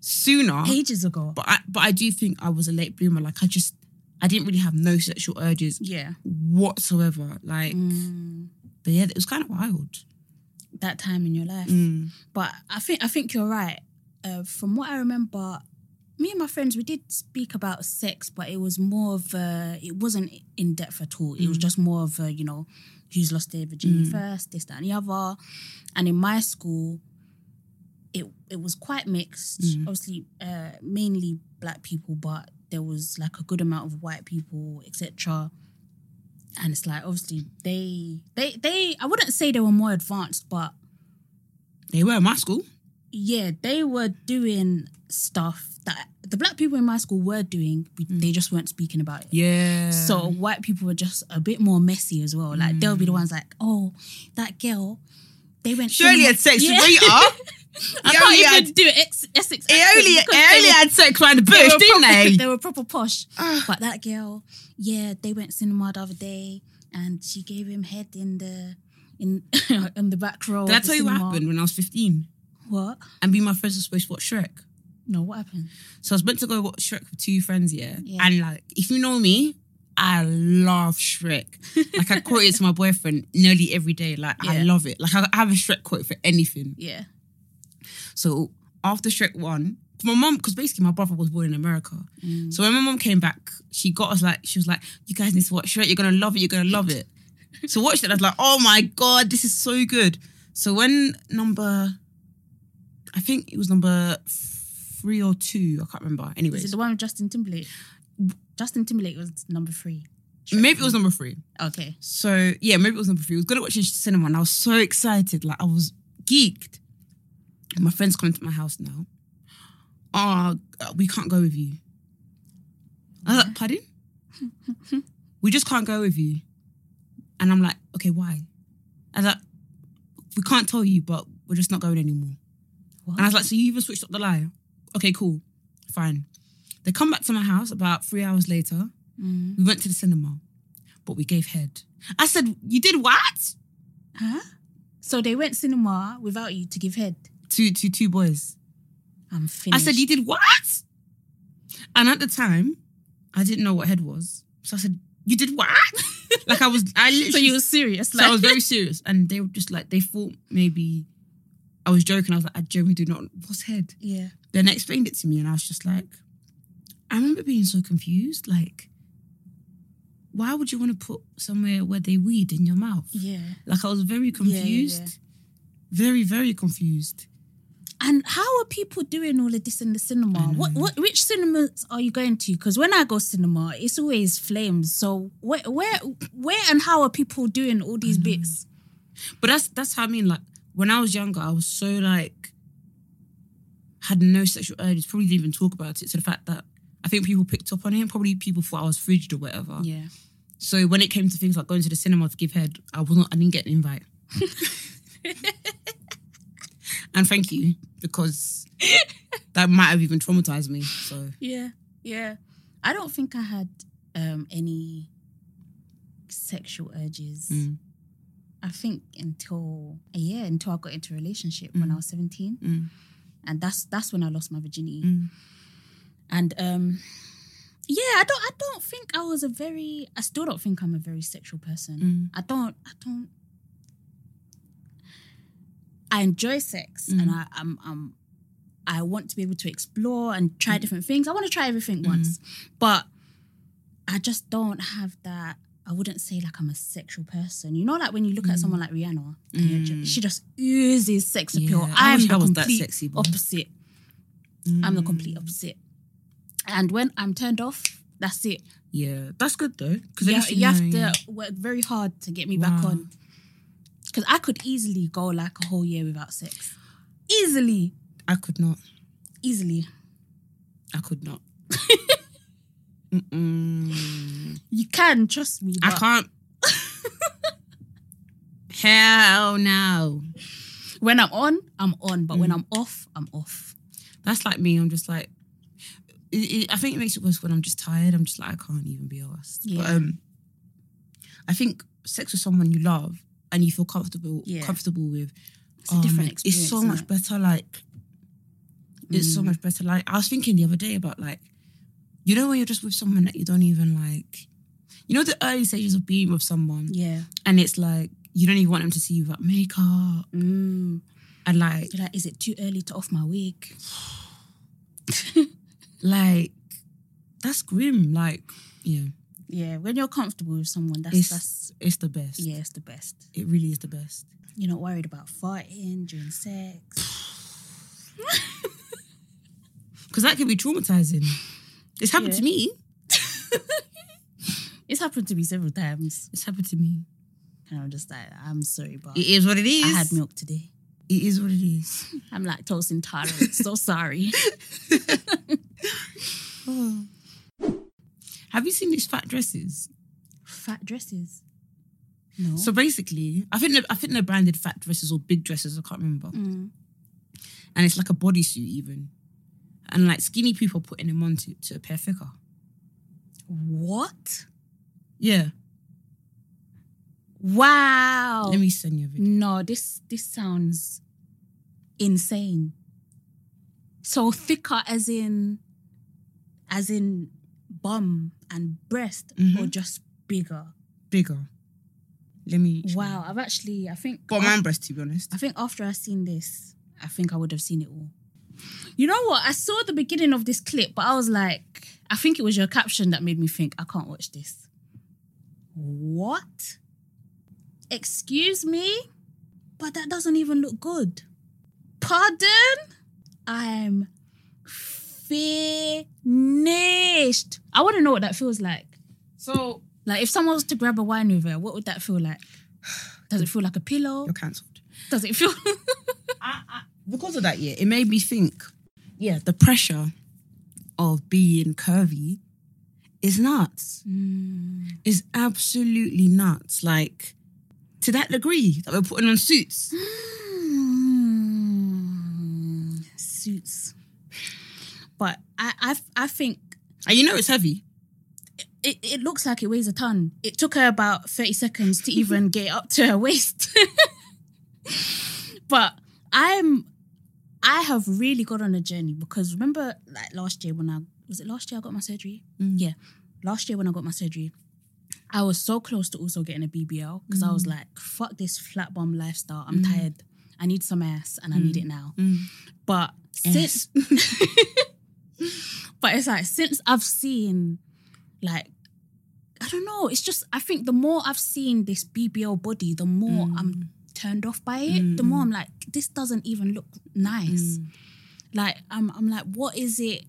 S1: sooner?
S2: Ages ago.
S1: but I, but I do think I was a late bloomer. Like I just, I didn't really have no sexual urges
S2: yeah. Mm.
S1: whatsoever. Like, but yeah, it was kind of wild.
S2: That time in your life.
S1: Mm.
S2: But I think I think you're right. Uh, from what I remember, me and my friends we did speak about sex, but it was more of a, it wasn't in depth at all. It was just more of a, you know who's lost their virginity first, this that and the other. And in my school, it it was quite mixed. Obviously, uh, mainly black people, but there was like a good amount of white people, etc. And it's like obviously they they they I wouldn't say they were more advanced, but
S1: They were in my school.
S2: yeah, they were doing stuff that the black people in my school were doing. we- They just weren't speaking about it.
S1: Mm. Yeah.
S2: So white people were just a bit more messy as well. Like they'll be
S1: Mm.
S2: the ones like, "Oh, that girl, they went
S1: surely had sex
S2: Yeah.
S1: way up.
S2: I
S1: They
S2: can't
S1: only
S2: even
S1: had-
S2: do Essex. Essex
S1: They
S2: accent
S1: only,
S2: because
S1: they
S2: they
S1: only
S2: were-
S1: had sex around the bush,
S2: were
S1: didn't
S2: proper-
S1: they?
S2: They were proper posh. but that girl, yeah, they went cinema the other day, and she gave him head in the in in the back row.
S1: Did I
S2: of the
S1: tell you what
S2: cinema.
S1: happened when I was 15?
S2: What?
S1: And me and my friends were supposed to watch Shrek.
S2: No, what happened?
S1: So I was meant to go watch Shrek with two friends, yeah?
S2: Yeah.
S1: And like, if you know me, I love Shrek. Like I quote it to my boyfriend nearly every day. Like I
S2: Yeah.
S1: love it. Like I I have a Shrek quote for anything.
S2: Yeah.
S1: So after Shrek one, 'cause my mom, because basically my brother was born in America.
S2: Mm.
S1: So when my mom came back, she got us like, she was like, you guys need to watch Shrek. You're going to love it. You're going to love it. so watch that. I was like, oh my God, this is so good. So when number, I think it was number three or two, I can't remember.
S2: Is it
S1: Anyways,
S2: the one with Justin Timberlake? Justin Timberlake was number three.
S1: maybe it was number three.
S2: Okay.
S1: So yeah, maybe it was number three. We was gonna watch it in cinema, and I was so excited, like I was geeked. And my friends come to my house now. Ah, uh, we can't go with you. I was like, pardon? we just can't go with you. And I'm like, okay, why? And like, we can't tell you, but we're just not going anymore.
S2: What?
S1: And I was like, so you even switched up the lie? Okay, cool, fine. They come back to my house about three hours later.
S2: Mm.
S1: We went to the cinema, but we gave head. I said, "You did what?"
S2: Huh? So they went cinema without you to give head.
S1: To to two boys.
S2: I'm finished.
S1: I said, "You did what?" And at the time, I didn't know what head was, so I said, "You did what?" like I was, I literally,
S2: so you were serious.
S1: so
S2: Like,
S1: I was very serious, and they were just like they thought maybe I was joking. I was like, I generally do not. What's head?
S2: Yeah.
S1: Then they explained it to me, and I was just like, I remember being so confused. Like, why would you want to put somewhere where they weed in your mouth?
S2: Yeah.
S1: Like, I was very
S2: yeah,
S1: confused. Very, very confused.
S2: And how are people doing all of this in the cinema?
S1: I know.
S2: What what which cinemas are you going to? Because when I go cinema, it's always flames. So where where where and how are people doing all these bits?
S1: But that's that's how I mean. Like when I was younger, I was so like had no sexual urges. Probably didn't even talk about it. So the fact that I think people picked up on it. Probably people thought I was frigid or whatever.
S2: Yeah.
S1: So when it came to things like going to the cinema to give head, I was not. I didn't get an invite. and thank you because that might have even traumatized me. So
S2: Yeah. Yeah. I don't think I had um any sexual urges.
S1: Mm.
S2: I think until yeah, until I got into a relationship when I was 17.
S1: Mm.
S2: And that's that's when I lost my virginity.
S1: Mm.
S2: And um yeah, I don't I don't think I was a very I still don't think I'm a very sexual
S1: mm,
S2: person. I don't I don't I enjoy sex
S1: Mm.
S2: and I, I'm I'm I want to be able to explore and try
S1: Mm.
S2: different things. I want to try everything once.
S1: Mm-hmm.
S2: But I just don't have that. I wouldn't say like I'm a sexual person. You know, like when you look at someone
S1: Mm.
S2: like Rihanna, and you're ju- she just oozes sex
S1: Yeah,
S2: appeal.
S1: I
S2: I'm
S1: wish
S2: the
S1: I was that
S2: complete
S1: sexy, boy.
S2: opposite.
S1: mm.
S2: I'm the complete opposite. And when I'm turned off, that's it.
S1: yeah, that's good though. Because
S2: You, you have to work very hard to get me back
S1: Wow.
S2: on. Because I could easily go like a whole year without sex. Easily,
S1: I could not.
S2: easily.
S1: I could not. Mm-mm.
S2: You can trust me.
S1: I
S2: but-
S1: can't. Hell no.
S2: When I'm on, I'm on. But
S1: Mm.
S2: when I'm off, I'm off.
S1: That's like me. I'm just like, it, it, I think it makes it worse when I'm just tired. I'm just like, I can't even be honest. But
S2: Yeah.
S1: um, I think sex with someone you love and you feel comfortable
S2: Yeah.
S1: comfortable with,
S2: It's a different
S1: my- It's so
S2: experience, Mm.
S1: much
S2: innit?
S1: better. Like, it's so much better. Like, I was thinking the other day about like, you know, when you're just with someone that you don't even like. You know the early stages of being with someone,
S2: Yeah.
S1: and it's like you don't even want them to see you without makeup,
S2: Mm.
S1: and like
S2: You're like, is it too early to off my wig?
S1: like that's grim. Like, yeah.
S2: Yeah. When you're comfortable with someone, that's
S1: It's
S2: that's
S1: it's the best.
S2: yeah, it's the best.
S1: It really is the best.
S2: You're not worried about farting during sex.
S1: Because that can be traumatizing. It's happened
S2: Yeah.
S1: to me.
S2: It's happened to me several times,
S1: It's happened to me.
S2: and I'm just like, I'm sorry, but
S1: It is what it is.
S2: I had milk today.
S1: It is what it is.
S2: I'm lactose intolerant. so sorry.
S1: Have you seen these fat dresses?
S2: Fat dresses. No.
S1: So basically, I think they're, I think they're branded fat dresses or big dresses. I can't remember.
S2: Mm.
S1: And it's like a bodysuit even, and like skinny people are putting them on to, to appear thicker.
S2: What?
S1: Yeah.
S2: Wow.
S1: Let me send you a video.
S2: No, this this sounds insane. So thicker as in as in bum and breast or
S1: Mhm.
S2: just bigger.
S1: Bigger. Let me. show you.
S2: Wow, I've actually I think
S1: But man breast, to be honest.
S2: I think after I seen this, I think I would have seen it all. You know what? I saw the beginning of this clip, but I was like, I think it was your caption that made me think I can't watch this. What? Excuse me? But that doesn't even look good. Pardon? I'm finished. I want to know what that feels like.
S1: So
S2: Like if someone was to grab a wine with her, what would that feel like? Does it feel like a pillow?
S1: you're cancelled.
S2: Does it feel
S1: because of that year, it made me think, yeah, the pressure of being curvy is nuts.
S2: Mm.
S1: Is absolutely nuts. Like to that degree that we're putting on suits.
S2: Mm, suits. But I, I, I think
S1: And you know it's heavy.
S2: it, it looks like it weighs a ton. It took her about 30 seconds to even get it up to her waist. but I'm, I have really got on a journey because remember, like last year when I, was it last year I got my surgery?
S1: Mm.
S2: Yeah. Last year when I got my surgery, I
S1: Mm.
S2: was so close to also getting a BBL because I was like, fuck this flat bum lifestyle. I'm tired. I need some ass and I need it now.
S1: Mm.
S2: But since, but it's like since I've seen, like, I don't know. It's just I think the more I've seen this BBL body, the more
S1: Mm.
S2: I'm turned off by it. The more I'm like, this doesn't even look nice.
S1: Mm.
S2: Like I'm, I'm like, what is it?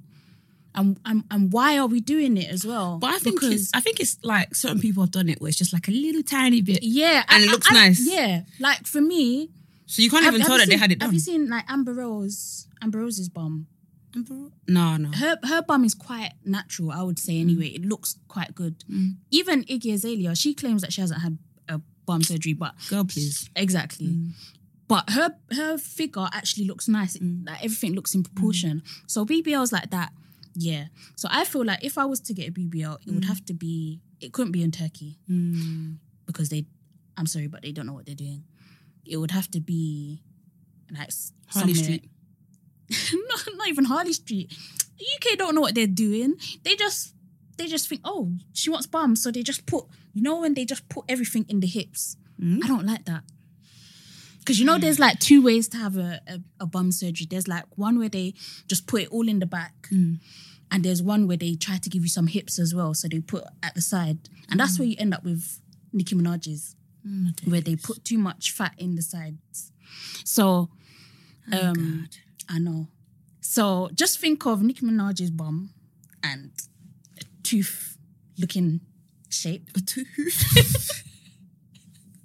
S2: And, and, and why are we doing it as well?
S1: But I think it's, I think it's like certain people have done it where it's just like a little tiny bit,
S2: yeah,
S1: and it looks nice.
S2: Yeah, like for me,
S1: so you can't even tell
S2: you
S1: that they
S2: seen-
S1: had it
S2: Have
S1: done.
S2: you seen like Amber Rose? Amber Rose's bum.
S1: No, no.
S2: Her her bum is quite natural, I would say.
S1: Mm.
S2: Anyway, it looks quite good. Even Iggy Azalea, she claims that she hasn't had a bum surgery, but
S1: Girl, please. Mm.
S2: exactly. But her her figure actually looks nice.
S1: Mm.
S2: Like everything looks in proportion. So BBLs like that, yeah. So I feel like if I was to get a BBL, it
S1: Mm.
S2: would have to be. It couldn't be in Turkey Hmm. because they. I'm sorry, but they don't know what they're doing. It would have to be like s-
S1: Harley
S2: somewhere-
S1: Street.
S2: not, not even Harley Street. The UK don't know what they're doing. They just they just think, oh, she wants bums, so they just put you know when they just put everything in the hips.
S1: Hmm?
S2: I don't like that. Cause you know there's like two ways to have a, a, a bum surgery. There's like one where they just put it all in the back. And there's one where they try to give you some hips as well. So they put at the side. And that's where you end up with Nicki Minaj's where they put too much fat in the sides. So,
S1: Oh
S2: um, I know. So just think of Nicki Minaj's bum and a tooth looking shape.
S1: A tooth.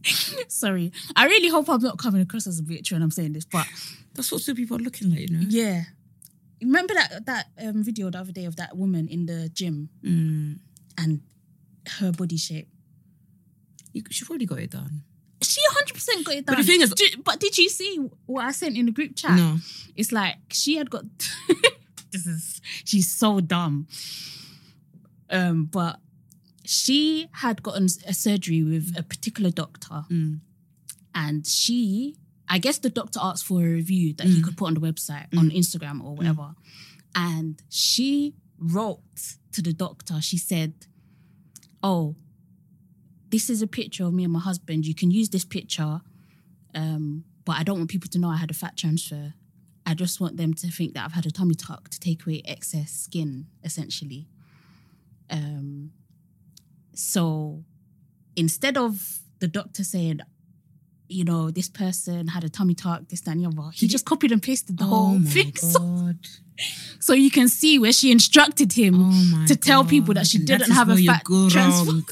S2: Sorry. I really hope I'm not coming across as a bitch when I'm saying this, but
S1: That's what two people are looking like, you know.
S2: yeah. Remember that that um, video the other day of that woman in the gym
S1: Mm.
S2: and her body shape?
S1: You, she's probably got it done.
S2: She 100% got it done.
S1: But the thing is-
S2: Did- but did you see what I sent in the group chat?
S1: No,
S2: It's like she had got this is she's so dumb. Um, but she had gotten a surgery with a particular doctor,
S1: Hmm.
S2: and she, I guess, the doctor asked for a review that
S1: Mm.
S2: he could put on the website on Instagram or whatever, and she wrote to the doctor. She said, "Oh." This is a picture of me and my husband. You can use this picture, um, but I don't want people to know I had a fat transfer. I just want them to think that I've had a tummy tuck to take away excess skin, essentially. Um, so instead of the doctor saying, you know, this person had a tummy tuck, this, that, and the other, he just copied and pasted the whole thing. So,
S1: Oh god.
S2: so you can see where she instructed him
S1: Oh my
S2: to tell people that
S1: God.
S2: she
S1: And
S2: didn't
S1: is
S2: have a
S1: where you
S2: fat
S1: go
S2: transfer
S1: wrong.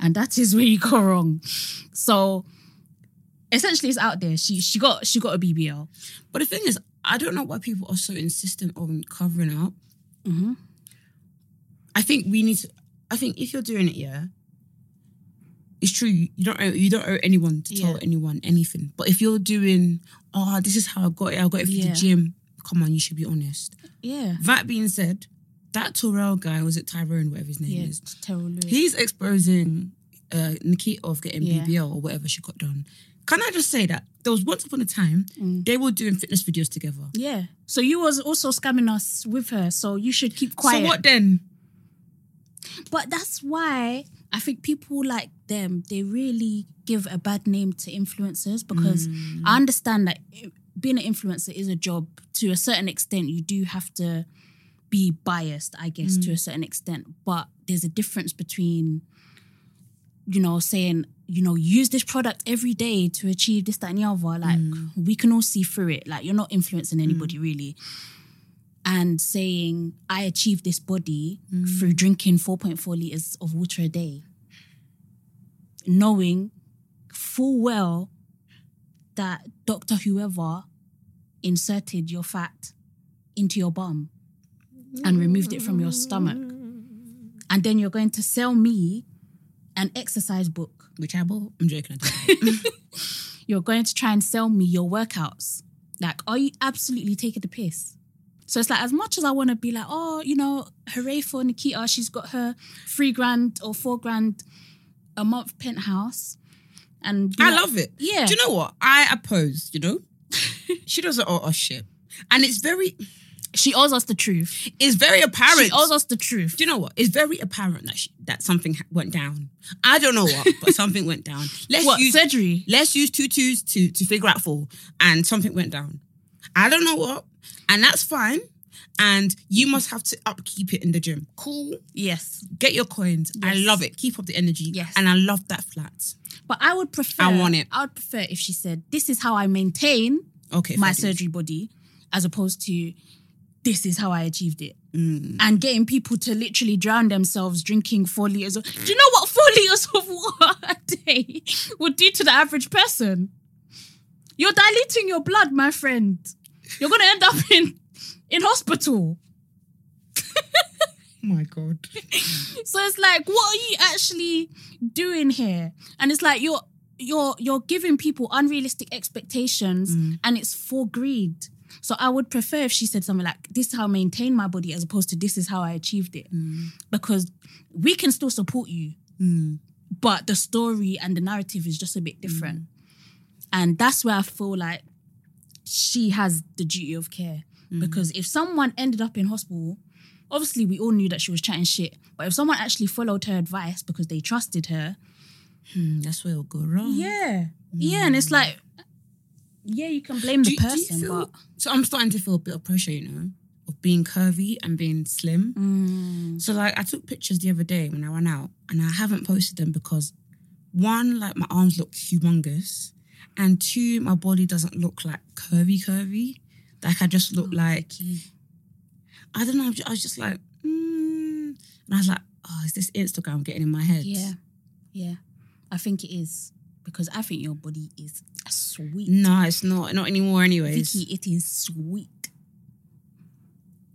S2: and that is where you go wrong. So essentially, it's out there. She she got she got a BBL.
S1: But the thing is, I don't know why people are so insistent on covering up. Mm-hmm.
S2: Mhm.
S1: I think we need to. I think if you're doing it, yeah, it's true. You you don't owe, you don't owe anyone to tell
S2: Yeah.
S1: anyone anything. But if you're doing, oh, this is how I got it. I got it from
S2: Yeah.
S1: the gym. Come on, you should be honest.
S2: Yeah,
S1: That being said, that Torrell guy was it Tyrone, whatever his name
S2: yeah.
S1: is.
S2: Terrell Lewis.
S1: He's exposing uh, Nikita of getting
S2: Yeah.
S1: BBL or whatever she got done. Can I just say that there was once upon a time
S2: Mm.
S1: they were doing fitness videos together.
S2: yeah. So you was also scamming us with her. So you should keep quiet.
S1: So what then?
S2: But that's why I think people like them they really give a bad name to influencers because I understand that i- being an influencer is a job to a certain extent. You do have to be biased, I guess, to a certain extent. But there's a difference between, you know, saying, you know, use this product every day to achieve this, that, and the other. Like, we can all see through it. Like, you're not influencing anybody really. And saying, I achieved this body through drinking 4.4 liters of water a day, knowing full well that Dr. Whoever inserted your fat into your bum and removed it from your stomach. And then you're going to sell me an exercise book.
S1: Which I bought. I'm joking. I don't.
S2: You're going to try and sell me your workouts. Like, are you absolutely taking the piss? So it's like, as much as I want to be like, oh, you know, hooray for Nikita, she's got her three grand or four grand a month penthouse. And be
S1: I
S2: like-
S1: love it.
S2: Yeah.
S1: Do you know what? I oppose, you know? she doesn't owe us shit. And it's very,
S2: She owes us the truth.
S1: It's very apparent.
S2: She owes us the truth.
S1: Do you know what? It's very apparent that she, that something ha- went down. I don't know what, but something went down. Let's
S2: What
S1: use
S2: surgery?
S1: let's use two twos to to figure out four, and something went down. I don't know what, and that's fine. And you must have to upkeep it in the gym. Cool.
S2: Yes,
S1: Get your coins. I
S2: Yes.
S1: love it. Keep up the energy.
S2: Yes.
S1: And I love that flat.
S2: but I would prefer.
S1: I want it.
S2: I would prefer if she said, "This is how I maintain
S1: Okay.
S2: my
S1: fabulous.
S2: surgery body," as opposed to, "This is how I achieved it." And getting people to literally drown themselves drinking four liters. Of, do you know what four liters of water a day would do to the average person? You're diluting your blood, my friend. You're gonna end up in in hospital.
S1: Oh my god.
S2: So it's like, what are you actually doing here? And it's like you're you're you're giving people unrealistic expectations and it's for greed. So I would prefer if she said something like, This is how I maintain my body as opposed to this is how I achieved it. Because we can still support you. But the story and the narrative is just a bit different. And that's where I feel like she has the duty of care. Because if someone ended up in hospital, obviously we all knew that she was chatting shit. But if someone actually followed her advice because they trusted her,
S1: Hmm, that's where it'll go wrong.
S2: yeah, yeah, and it's like, yeah, you can blame
S1: Do
S2: the
S1: you- do you
S2: person,
S1: feel-
S2: but
S1: so I'm starting to feel a bit of pressure, you know, of being curvy and being slim.
S2: Mm,
S1: So like I took pictures the other day when I went out, and I haven't posted them because one, like my arms look humongous, and two, my body doesn't look like curvy curvy. Like I just
S2: Oh,
S1: look like I don't know. I'm ju- I was just like, mm. and I was like, oh, is this Instagram getting in my head?
S2: yeah, yeah, I think it is because I think your body is sweet.
S1: No, it's not. Not anymore. Anyways.
S2: Vicky, it is sweet.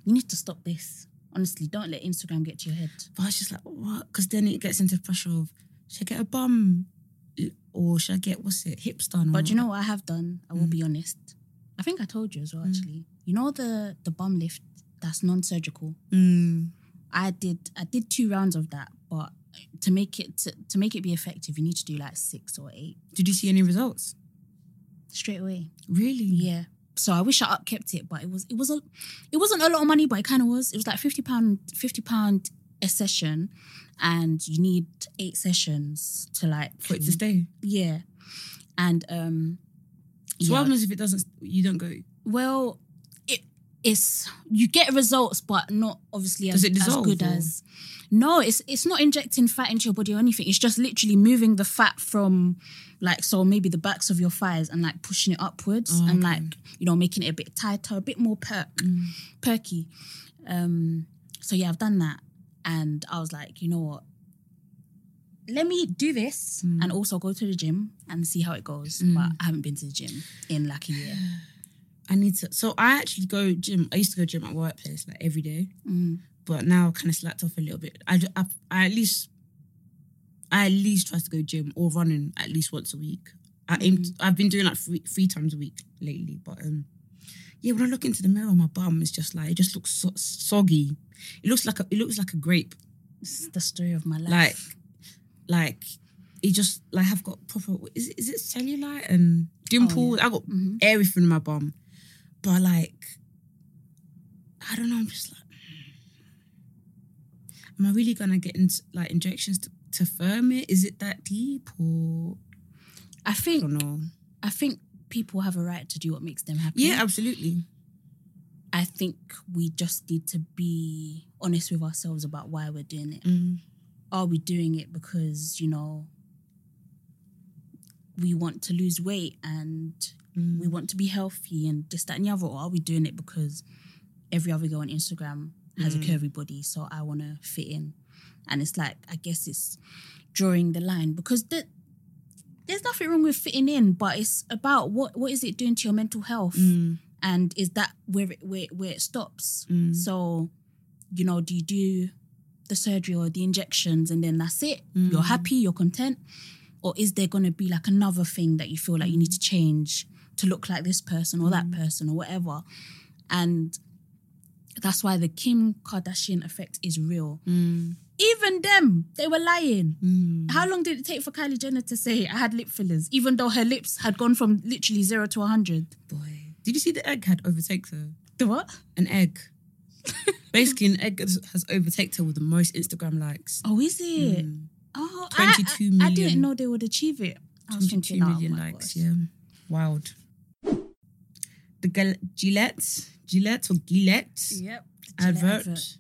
S2: You need to stop this. Honestly, don't let Instagram get to your head.
S1: But I was just like, what? Because then it gets into the pressure of should I get a bum or should I get what's it hip done?
S2: But you know what I have done? I will be honest. I think I told you as well, actually. You know the the bum lift that's non-surgical.
S1: mm,
S2: I did I did two rounds of that, but to make it to, to make it be effective, you need to do like six or eight
S1: did you see any results?
S2: straight away.
S1: Really?
S2: Yeah. So I wish I upkept it, but it was it was a it wasn't a lot of money, but it kind of was. It was like fifty pound fifty pound a session, and you need eight sessions to like
S1: For it to stay.
S2: yeah, and um
S1: So
S2: yeah.
S1: what happens if it doesn't? You don't go.
S2: Well, it it's you get results, but not obviously
S1: Does
S2: as,
S1: it
S2: as
S1: dissolve
S2: good
S1: or-
S2: as. No, it's it's not injecting fat into your body or anything. It's just literally moving the fat from, like, so maybe the backs of your thighs and like pushing it upwards
S1: Oh,
S2: and
S1: okay.
S2: like you know making it a bit tighter, a bit more perk,
S1: Mm.
S2: perky. Um, so yeah, I've done that, and I was like, you know what? Let me do this
S1: Mm.
S2: and also go to the gym and see how it goes. But I haven't been to the gym in like a year.
S1: I need to. So I actually go gym. I used to go gym at workplace like every day,
S2: Mm.
S1: but now I kind of slacked off a little bit. I, ju- I, I at least I at least try to go gym or running at least once a week. I aim. To, I've been doing like three three times a week lately, but um, yeah. When I look into the mirror, my bum is just like it just looks so, soggy. It looks like a, it looks like a grape.
S2: It's the story of my life.
S1: Like, like it just like I've got proper. Is it, is it cellulite and dimples? I got
S2: Mhm.
S1: everything in my bum, but like, I don't know. I'm just like, mm. am I really gonna get in, like injections to, to firm it? Is it that deep or
S2: I
S1: I
S2: think
S1: don't know?
S2: I think people have a right to do what makes them happy.
S1: Yeah, absolutely.
S2: I think we just need to be honest with ourselves about why we're doing it.
S1: Mm.
S2: Are we doing it because, you know, we want to lose weight and
S1: mm,
S2: we want to be healthy and this, that, and the other? Or are we doing it because every other girl on Instagram has a curvy body, so I want to fit in? And it's like, I guess it's drawing the line because the, there's nothing wrong with fitting in, but it's about what what is it doing to your mental health?
S1: Mm.
S2: and is that where it where, where it stops
S1: Mm.
S2: so you know do you do the surgery or the injections and then that's it you're happy you're content or is there going to be like another thing that you feel like you need to change to look like this person or that person or whatever and that's why the kim kardashian effect is real
S1: mm,
S2: even them they were lying how long did it take for kylie jenner to say i had lip fillers even though her lips had gone from literally zero to 100
S1: Boy, did you see the egg had overtakes her?
S2: The what?
S1: An egg. Basically, an egg has has overtaken her with the most Instagram likes.
S2: Oh, is it?
S1: Mm.
S2: Oh,
S1: 22
S2: I, I, I didn't
S1: million.
S2: know they would achieve it. I was
S1: Twenty-two
S2: thinking, oh,
S1: million
S2: my
S1: likes.
S2: gosh.
S1: Yeah, wild. The Gal- Gillette, Gillette or Gillette,
S2: Yep. The Gillette
S1: advert,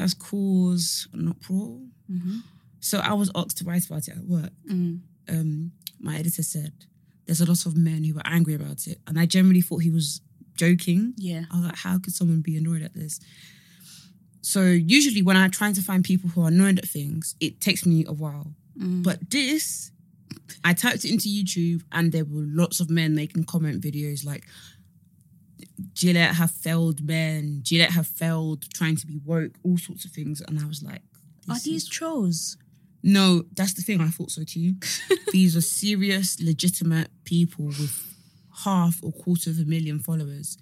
S1: has caused an uproar. Mm-hmm.
S2: Mhm.
S1: So I was asked to write about it at work.
S2: Mm.
S1: Um, my editor said there's a lot of men who were angry about it, and I generally thought he was joking.
S2: Yeah.
S1: I was like, how could someone be annoyed at this? So usually when I'm trying to find people who are annoyed at things, it takes me a while.
S2: Mm.
S1: But this, I typed it into YouTube and there were lots of men making comment videos like Gillette have failed men, Gillette have failed trying to be woke, all sorts of things. And I was like,
S2: Are
S1: this
S2: these
S1: is-
S2: trolls?
S1: No, that's the thing. I thought so too. these are serious, legitimate people with half or quarter of a million followers.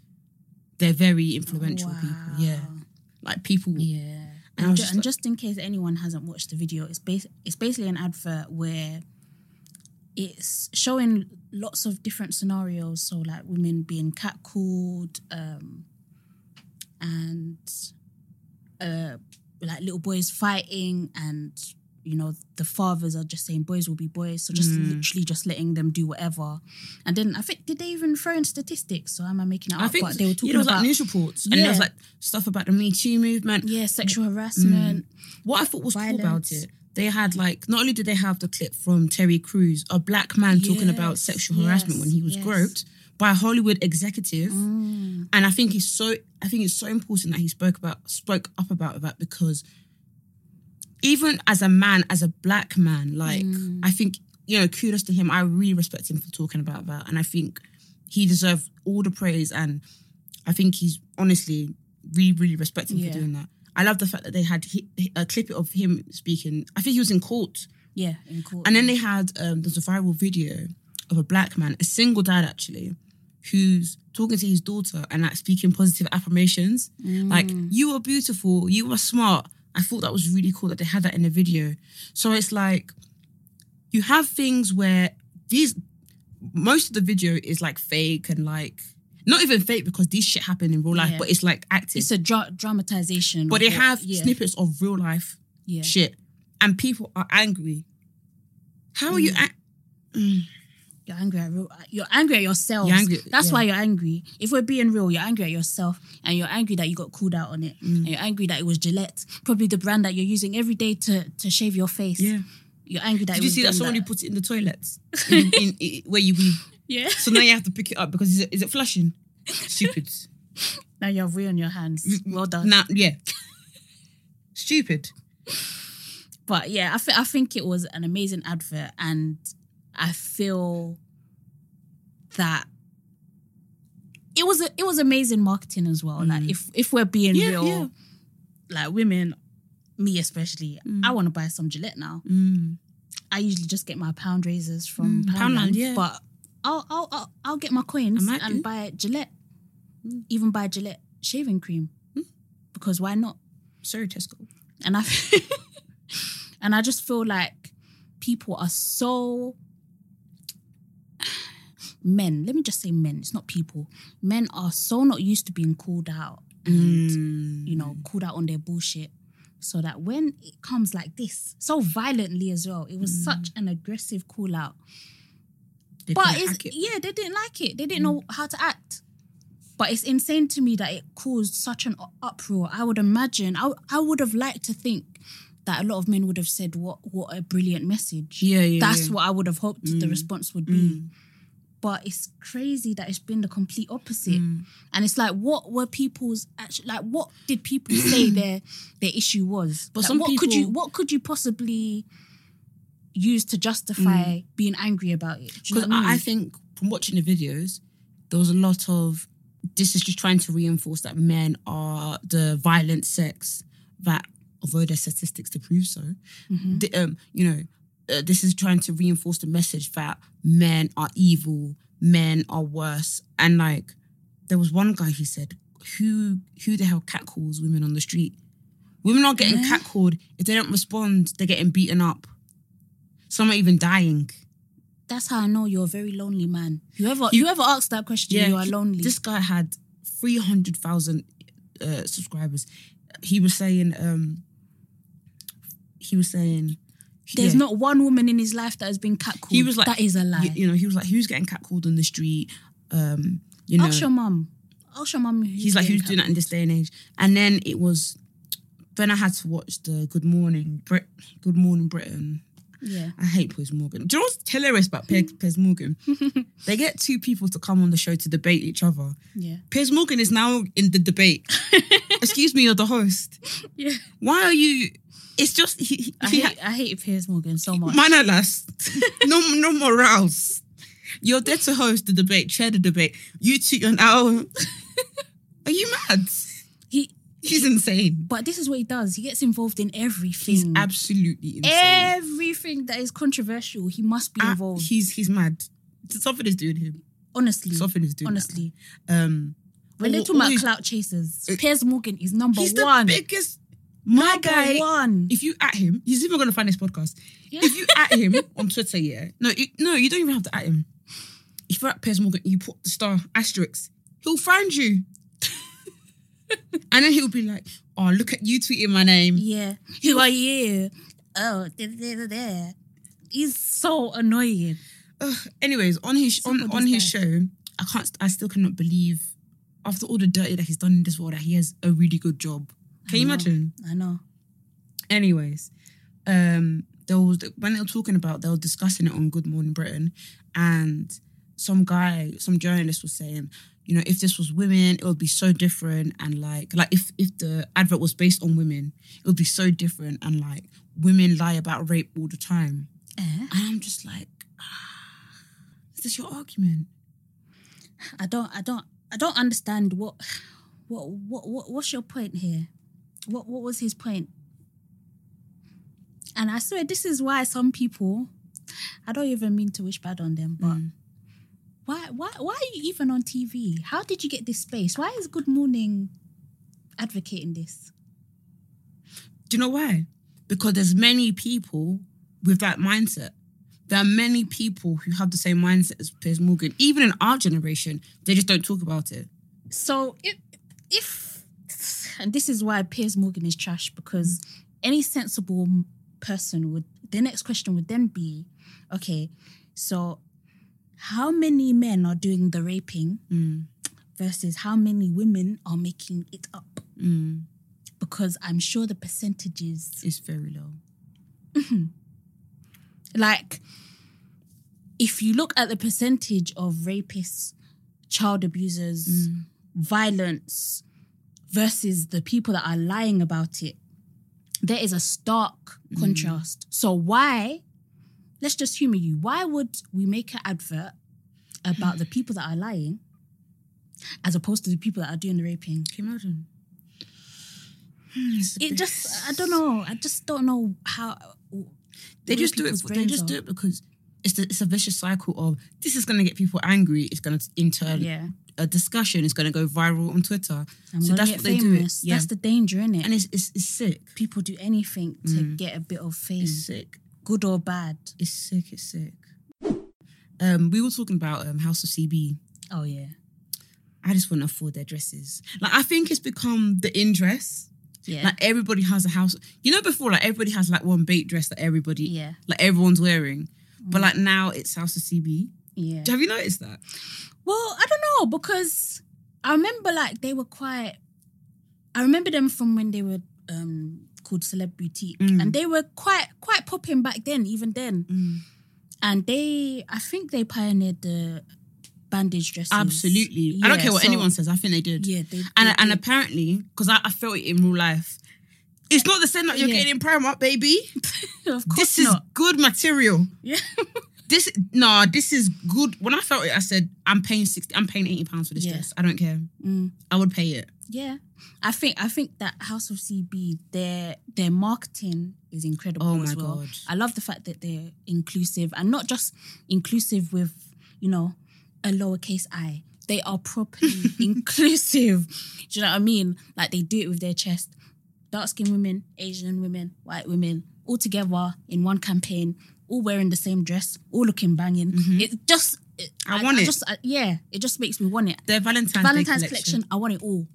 S1: They're very influential people. Yeah.
S2: Wow.
S1: Like people.
S2: Yeah.
S1: And I
S2: And,
S1: was
S2: ju-
S1: just
S2: and
S1: like-
S2: just in case anyone hasn't watched the video, it's bas- it's basically an advert where it's showing lots of different scenarios. So like women being catcalled, um, and uh, like little boys fighting, and you know the fathers are just saying boys will be boys. So just
S1: Mm.
S2: literally just letting them do whatever. And then I think did they even throw in statistics? So am I making it up?
S1: I think
S2: but they were talking
S1: yeah, there was
S2: about
S1: like news reports and there was
S2: Yeah.
S1: like stuff about the Me Too movement.
S2: yeah sexual
S1: Mm.
S2: harassment.
S1: What I thought was cool
S2: Violence.
S1: about it, they had like not only did they have the clip from Terry Crews, a black man talking about
S2: Yes,
S1: sexual
S2: yes,
S1: harassment when he was
S2: yes.
S1: groped by a Hollywood executive,
S2: Mm.
S1: and I think it's so I think it's so important that he spoke about spoke up about that because even as a man, as a black man, like I think you know kudos to him. I really respect him for talking about that, and I think he deserves all the praise and I think he's honestly really, really respecting
S2: Yeah.
S1: for doing that. I love the fact that they had hi- hi- a clip of him speaking. I think he was in court,
S2: Yeah, in court.
S1: and then they had um, there's a viral video of a black man, a single dad actually, who's talking to his daughter and like speaking positive affirmations,
S2: Mm.
S1: like "You are beautiful, you are smart." I thought that was really cool that they had that in the video. So it's like you have things where these most of the video is like fake and like not even fake because these shit happened in real life,
S2: Yeah.
S1: but it's like acted.
S2: it's a dra- dramatization.
S1: but they
S2: of what-
S1: have
S2: yeah,
S1: snippets of real life
S2: yeah.
S1: shit, and people are angry. How are you?
S2: Mm.
S1: Ang-
S2: You're angry at real, you're angry at yourself.
S1: You're angry-
S2: That's
S1: yeah.
S2: why you're angry. If we're being real, you're angry at yourself, and you're angry that you got called out on it,
S1: Mm.
S2: and you're angry that it was Gillette, probably the brand that you're using every day to to shave your face. You're angry that
S1: Did
S2: it
S1: you
S2: was
S1: see that
S2: them
S1: someone who put it in the toilets in, in, in- where you wee?
S2: yeah.
S1: So now you have to pick it up because is it, is it flushing? Stupid.
S2: Now you have wee on your hands.
S1: Mm,
S2: Well done.
S1: now, yeah. Stupid.
S2: But yeah, I thi- I think it was an amazing advert, and I feel that it was a, it was amazing marketing as well. Like if if we're being
S1: Mm. Yeah,
S2: real,
S1: yeah.
S2: like women, me especially, I
S1: Mm.
S2: want to buy some Gillette now. I usually just get my pound razors from Poundland,
S1: Poundland, Mm, yeah.
S2: but I'll, I'll I'll I'll get my coins
S1: I might
S2: and
S1: do. Mm.
S2: buy Gillette, even buy Gillette shaving cream because why not?
S1: Sorry, Tesco.
S2: and I and I just feel like people are so men. Let me just say men. It's not people. Men are so not used to being called out and
S1: Mm.
S2: you know called out on their bullshit. So that when it comes like this, so violently as well, it was such an aggressive call out.
S1: They
S2: But
S1: couldn't
S2: it's,
S1: hack it. Mm.
S2: yeah, they didn't like it. They didn't know how to act. But it's insane to me that it caused such an u- uproar. I would imagine. I, I would have liked to think that a lot of men would have said, "What what a brilliant message."
S1: yeah, yeah. Mm.
S2: That's
S1: yeah. Mm,
S2: what I would have hoped the response would be. But it's crazy that it's been the complete
S1: mm.
S2: opposite. And it's like, what were people's actually like? What did people say their their issue was?
S1: But
S2: Like,
S1: some
S2: what could you
S1: people-
S2: what could you possibly use to justify being angry about it? Do you know
S1: Mm. Because
S2: what mean?
S1: I, I think from watching the videos, there was a lot of this is just trying to reinforce that men are the violent sex that, although there's statistics to prove so,
S2: Mm-hmm.
S1: the- um, you know, uh, this is trying to reinforce the message that men are evil, men are worse, and like there was one guy who said, "Who who the hell catcalls women on the street? Women are getting catcalled. If they don't respond, they're getting beaten up. Some are even dying."
S2: that's how I know you're a very lonely man. Whoever whoever asked that question, you are lonely.
S1: This guy had three hundred thousand uh, subscribers. He was saying, um, he was saying,
S2: There's
S1: yeah.
S2: not one woman in his life that has been catcalled.
S1: He was like-
S2: that is a lie.
S1: you, you know, he was like, who's getting catcalled on the street? Um, you know,
S2: Ask your mum. Ask your mum. who's
S1: he's like,
S2: getting
S1: who's doing that in this day and age? And then it was, then I had to watch the Good Morning Brit, Good Morning Britain.
S2: catcalled. Yeah.
S1: I hate Piers Morgan. Do you know what's hilarious about Piers, Piers Morgan? they get two people to come on the show to debate each other.
S2: Yeah.
S1: Piers Morgan is now in the debate. Excuse me, you're the host.
S2: Yeah.
S1: Why are you? It's just he. he-
S2: I
S1: he
S2: hate, I hate Piers Morgan so much.
S1: Manalas. no, no morals. You're there to host the debate, chair the debate. You two, you're now. Are you mad?
S2: he,
S1: He's insane.
S2: but this is what he does. He gets involved in everything.
S1: He's absolutely
S2: Eh,
S1: insane.
S2: everything that is controversial, he must be
S1: Ah,
S2: involved.
S1: he's he's mad. Something is doing him.
S2: honestly,
S1: Something is doing. him.
S2: Hmm. honestly.
S1: um,
S2: When they're
S1: all- all
S2: talking about
S1: these-
S2: clout chasers,
S1: Uh,
S2: Piers Morgan is number
S1: he's
S2: one.
S1: the biggest. My
S2: number
S1: guy.
S2: one.
S1: If you at him, he's even gonna find this podcast.
S2: Yeah.
S1: If you at him on Twitter, yeah. No, you, no, you don't even have to at him. If you're at Piers Morgan, you put the star asterisk. He'll find you, and then he'll be like, "Oh, look at you tweeting my name."
S2: yeah. Who are you? Oh, there, there, there. He's so annoying.
S1: Ugh. Anyways, on his on
S2: Simple
S1: on his
S2: as
S1: show, I can't. I still cannot believe after all the dirty that he's done in this world that he has a really good job. Can you
S2: I know.
S1: imagine?
S2: I know.
S1: anyways, um, there was when they were talking about they were discussing it on Good Morning Britain, and some guy, some journalist was saying, you know, if this was women, it would be so different, and like, like if if the advert was based on women, it would be so different, and like women lie about rape all the time,
S2: Eh?
S1: and I'm just like, ah, is this your argument?
S2: I don't. I don't. I don't understand what, what, what, what what's your point here? What, what was his point? And I swear, this is why some people. I don't even mean to wish bad on them, but why, why, why are you even on TV? How did you get this space? Why is Good Morning advocating this?
S1: Do you know why? Because there's many people with that mindset. There are many people who have the same mindset as Piers Morgan. Even in our generation, they just don't talk about it.
S2: So if, if and this is why Piers Morgan is trash because any sensible m- person would the next question would then be, okay, so how many men are doing the raping
S1: Mm,
S2: versus how many women are making it up?
S1: mm,
S2: Because I'm sure the percentages
S1: it's very low.
S2: like if you look at the percentage of rapists, child abusers,
S1: Mm.
S2: violence versus the people that are lying about it, there is a stark
S1: Mm.
S2: contrast. So why? Let's just humor you. Why would we make an advert about the people that are lying as opposed to the people that are doing the raping?
S1: Can you imagine? Hmm, it's a
S2: It
S1: bit-
S2: just, I don't know. I just don't know how.
S1: They
S2: where
S1: just do it.
S2: people's
S1: for- They
S2: brains
S1: just
S2: are.
S1: do it because it's the, it's a vicious cycle of this is going to get people angry. It's going to in turn
S2: Yeah.
S1: a discussion is going to go viral on Twitter,
S2: I'm
S1: So
S2: gonna
S1: that's
S2: get
S1: what they do it.
S2: famous.
S1: Yeah.
S2: That's the danger, in it?
S1: and it's it's, it's sick.
S2: people do anything to get a bit of fame,
S1: It's sick.
S2: good or bad.
S1: It's sick. It's sick. Um, we were talking about um, House of CB.
S2: Oh yeah,
S1: I just want to afford their dresses. Like I think it's become the in dress.
S2: yeah,
S1: Like everybody has a house. You know before, like everybody has like one bait dress that everybody,
S2: Yeah. Mm.
S1: like everyone's wearing. But like now it's House of CB.
S2: yeah.
S1: Have you noticed that?
S2: Well, I don't know because I remember like they were quite. I remember them from when they were um called Celeb Boutique,
S1: Mm.
S2: and they were quite quite popping back then, even then. And they, I think they pioneered the bandage dresses.
S1: Absolutely. I don't
S2: Yeah,
S1: care what
S2: so-
S1: anyone says. I think they did.
S2: Yeah, they,
S1: And
S2: they
S1: and
S2: did.
S1: apparently, because I, I felt it in real life, it's not the same that you're
S2: Yeah.
S1: getting in Primark, baby.
S2: of course
S1: This is
S2: not.
S1: good material.
S2: Yeah.
S1: This no, this is good. When I felt it, I said, I'm paying sixty. I'm paying eighty pounds for this
S2: Yeah.
S1: dress. I don't care.
S2: Mm.
S1: I would pay it.
S2: Yeah, I think I think that House of CB their their marketing is incredible.
S1: Oh my
S2: as well.
S1: God.
S2: I love the fact that they're inclusive and not just inclusive with you know a lowercase i. They are properly inclusive. Do you know what I mean? Like they do it with their chest. Dark skinned women, Asian women, white women, all together in one campaign, all wearing the same dress, all looking banging. It just it,
S1: Mm-hmm. I want it.
S2: Just, I- yeah, it just makes me want it.
S1: The Valentine's, Day
S2: Valentine's
S1: collection.
S2: collection. I want it all.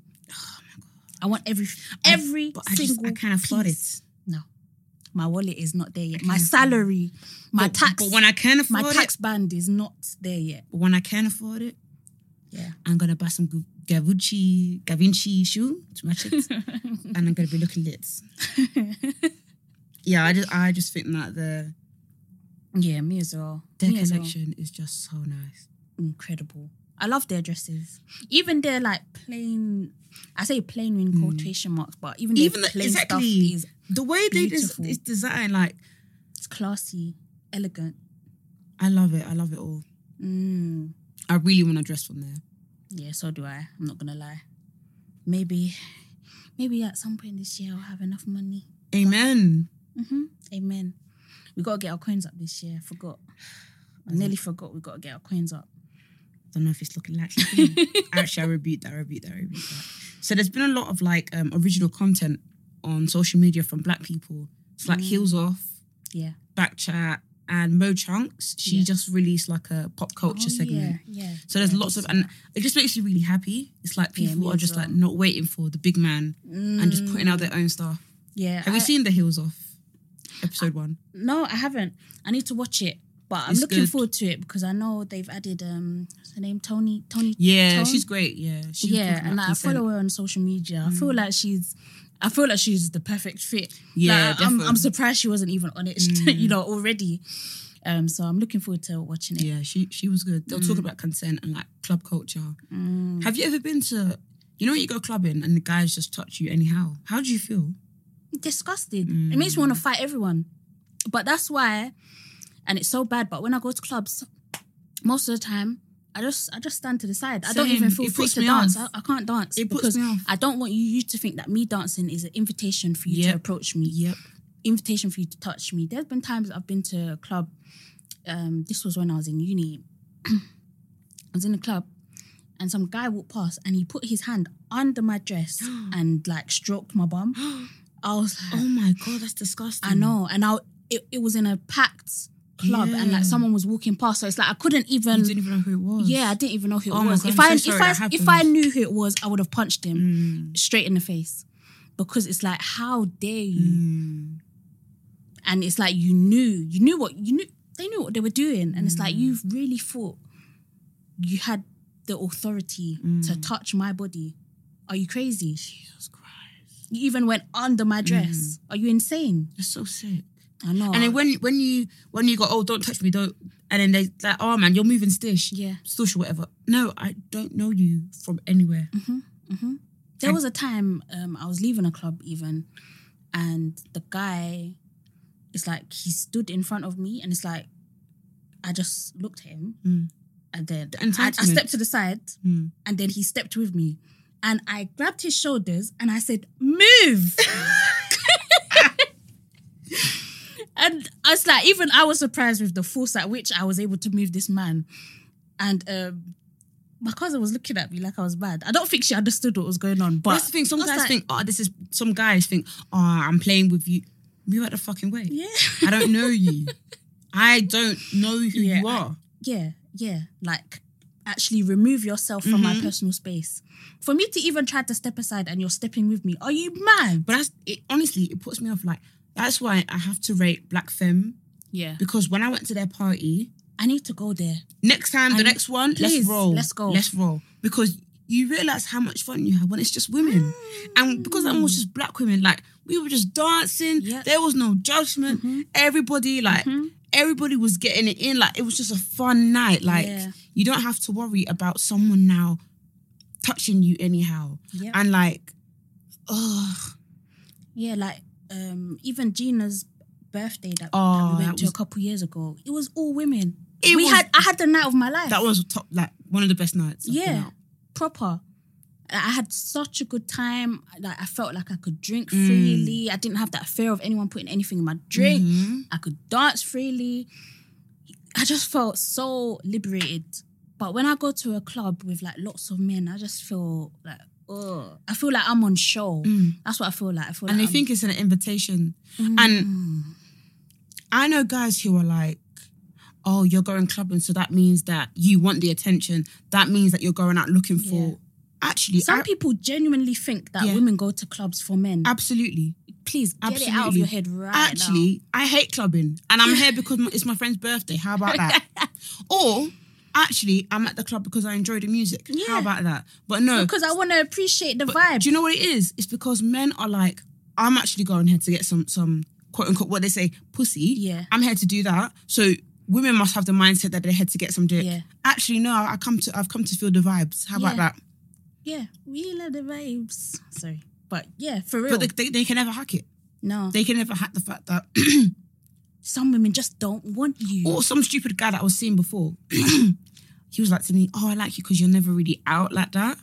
S2: I want every
S1: Oh I-
S2: every
S1: But I just
S2: single.
S1: I can't afford
S2: piece.
S1: it.
S2: No, my wallet is not there yet.
S1: can't
S2: My
S1: afford it.
S2: salary, my
S1: but,
S2: tax,
S1: But when I can
S2: my
S1: afford
S2: tax
S1: it,
S2: band is not there yet.
S1: but when I can afford it,
S2: Yeah.
S1: I'm gonna buy some Gu- Gavucci Gavinci shoe to match it, and I'm gonna be looking lit. Yeah, I just I just think that the
S2: yeah, me as well.
S1: their
S2: Me as well.
S1: collection is just so nice.
S2: incredible. I love their dresses. Even their like plain, I say plain in quotation marks, but even,
S1: Hmm. Even
S2: even
S1: the-
S2: their plain
S1: exactly.
S2: stuff is
S1: The way they des-
S2: Beautiful.
S1: it's designed, like
S2: it's classy, elegant.
S1: I love it. I love it all.
S2: Mm.
S1: I really want to dress from there.
S2: Yeah, so do I. I'm not gonna lie. Maybe, maybe at some point this year I'll have enough money.
S1: Amen.
S2: hmm Amen. We gotta get our coins up this year. Forgot. I nearly forgot. We gotta get our coins up.
S1: don't know if it's looking like something. Actually, I rebuke that, I rebuke that, I rebuke that. So there's been a lot of like um, original content on social media from black people. It's
S2: Mm.
S1: like Heels Off,
S2: Yeah.
S1: Backchat, and Mo Chunks. She
S2: Yeah.
S1: just released like a pop culture
S2: Oh,
S1: segment.
S2: Yeah. yeah.
S1: So there's
S2: Yeah,
S1: lots of,
S2: that's-
S1: and it just makes me really happy. It's like
S2: Yeah,
S1: people
S2: me
S1: are
S2: as
S1: just like
S2: well.
S1: not waiting for the big man and just
S2: Mm,
S1: putting out their own stuff.
S2: Yeah.
S1: Have you
S2: I-
S1: seen the Heels Off episode one?
S2: No, I haven't. I need to watch it, but I'm
S1: It's
S2: looking
S1: good.
S2: forward to it because I know they've added um what's her name Tony Tony.
S1: Yeah,
S2: Tone?
S1: she's great. Yeah, she was
S2: yeah,
S1: talking
S2: and
S1: about
S2: I
S1: consent. Mm.
S2: follow her on social media. I feel like she's. I feel like she's the perfect fit.
S1: Yeah,
S2: Like, I'm, I'm
S1: definitely. Mm.
S2: surprised she wasn't even on it, you know, already. Um, so I'm looking forward to watching it.
S1: Yeah, she she was good. They were
S2: Mm.
S1: talking about consent and like club culture. Have you ever been to? You know, when you go clubbing and the guys just touch you anyhow. How do you feel?
S2: Disgusted. It
S1: Mm.
S2: makes me want to fight everyone, but that's why, and it's so bad. But when I go to clubs, most of the time. I just I just stand to the side. I don't
S1: Same.
S2: even feel
S1: It
S2: free
S1: puts
S2: to
S1: me
S2: dance. I,
S1: off.
S2: I can't dance
S1: It puts
S2: because
S1: me off.
S2: I don't want you, you to think that me dancing is an invitation for you
S1: Yep.
S2: to approach me.
S1: Yep.
S2: invitation for you to touch me. There's been times I've been to a club. Um, this was when I was in uni. I was in a club, and some guy walked past, and he put his hand under my dress and like stroked my bum. I was
S1: Oh
S2: like,
S1: my god, that's disgusting.
S2: I know, and I it, it was in a packed club, and
S1: Yeah.
S2: like someone was walking past, so it's like I couldn't
S1: You
S2: even.
S1: didn't even know who it was.
S2: Yeah, I didn't even know who it
S1: Oh my
S2: was.
S1: God,
S2: if
S1: I'm
S2: I
S1: so sorry
S2: if I
S1: that
S2: if I
S1: happened.
S2: knew who it was, I would have punched him
S1: Mm,
S2: straight in the face, because it's like, how dare you?
S1: mm.
S2: and it's like you knew you knew what you knew they knew what they were doing and it's like
S1: Mm.
S2: you've really thought you had the authority
S1: Mm.
S2: to touch my body are you crazy
S1: Jesus Christ,
S2: you even went under my dress are you insane
S1: that's so sick.
S2: i know
S1: Mm. And then when when you when you go, oh, don't touch me, don't. And then they like, oh man, you're moving stish.
S2: yeah
S1: Stush or whatever. No, I don't know you from anywhere.
S2: Mm-hmm. there was a time um, I was leaving a club even, and the guy, it's like he stood in front of me, and it's like I just looked at him,
S1: Mm.
S2: and then
S1: The
S2: I, I
S1: entitlement.
S2: stepped to the side,
S1: Mm.
S2: and then he stepped with me, and I grabbed his shoulders and I said, "Move." And I was like, even I was surprised with the force at which I was able to move this man. And um, my cousin was looking at me like I was bad. I don't think she understood what was going on, but
S1: That's the thing. Some
S2: I was
S1: guys
S2: like,
S1: think, oh, this is. Some guys think, oh, I'm playing with you. Move out the fucking way.
S2: yeah,
S1: I don't know you. I don't know who
S2: Yeah,
S1: you are.
S2: yeah, yeah. Like, actually remove yourself from
S1: Mm-hmm.
S2: my personal space. For me to even try to step aside and you're stepping with me, are you mad?
S1: But that's it, honestly, it puts me off. Like that's why I have to rate Black Femme
S2: Yeah,
S1: because when I went to their party,
S2: I need to go there.
S1: next time, the
S2: And
S1: next one,
S2: please,
S1: let's roll.
S2: let's go.
S1: Let's roll because you realize how much fun you have when it's just women.
S2: Mm.
S1: And because I'm was just black women, like we were just dancing.
S2: Yeah. Mm-hmm.
S1: There was no judgment. Everybody, like everybody was getting it in. Like it was just a fun night. Like
S2: Yeah.
S1: you don't have to worry about someone now touching you anyhow.
S2: Yeah.
S1: And like, oh,
S2: Yeah, like um, even Gina's birthday that,
S1: Oh,
S2: that we went
S1: that
S2: to
S1: was-
S2: a couple years ago, it was all women.
S1: It
S2: we
S1: was-
S2: had I had the night of my life.
S1: that was top. Like one of the best nights. I've been
S2: yeah,
S1: out.
S2: proper. Like, I had such a good time. Like I felt like I could drink
S1: Mm.
S2: freely. I didn't have that fear of anyone putting anything in my drink.
S1: Mm-hmm.
S2: I could dance freely. I just felt so liberated. But when I go to a club with like lots of men, I just feel like, oh, I feel like I'm on show. That's what I feel like. I feel
S1: Mm. and
S2: like
S1: they
S2: I'm- Mm.
S1: think it's an invitation. And I know guys who are like, oh, you're going clubbing, so that means that you want the attention. That means that you're going out looking for.
S2: Yeah.
S1: Actually,
S2: Some
S1: I-
S2: people genuinely think that
S1: Yeah.
S2: women go to clubs for men.
S1: absolutely.
S2: Please get it out of
S1: absolutely.
S2: your head right now.
S1: actually, I hate clubbing, and I'm here because my- it's my friend's birthday. How about that? or actually, I'm at the club because I enjoy the music. How
S2: Yeah.
S1: about that? But no,
S2: Because I want to appreciate the vibe.
S1: do you know what it is? It's because men are like, I'm actually going here to get some some quote unquote what they say pussy.
S2: Yeah.
S1: I'm here to do that. So women must have the mindset that they're here to get some dick.
S2: Yeah.
S1: Actually, no, I come to I've come to feel the vibes. How about
S2: Yeah.
S1: that?
S2: yeah, we love the vibes. Sorry. But yeah, for real.
S1: But they, they, they can never hack it.
S2: no.
S1: They can never hack the fact that
S2: Some women just don't want you.
S1: or some stupid guy that I was seeing before. he was like to me, "Oh, I like you because you're never really out like that."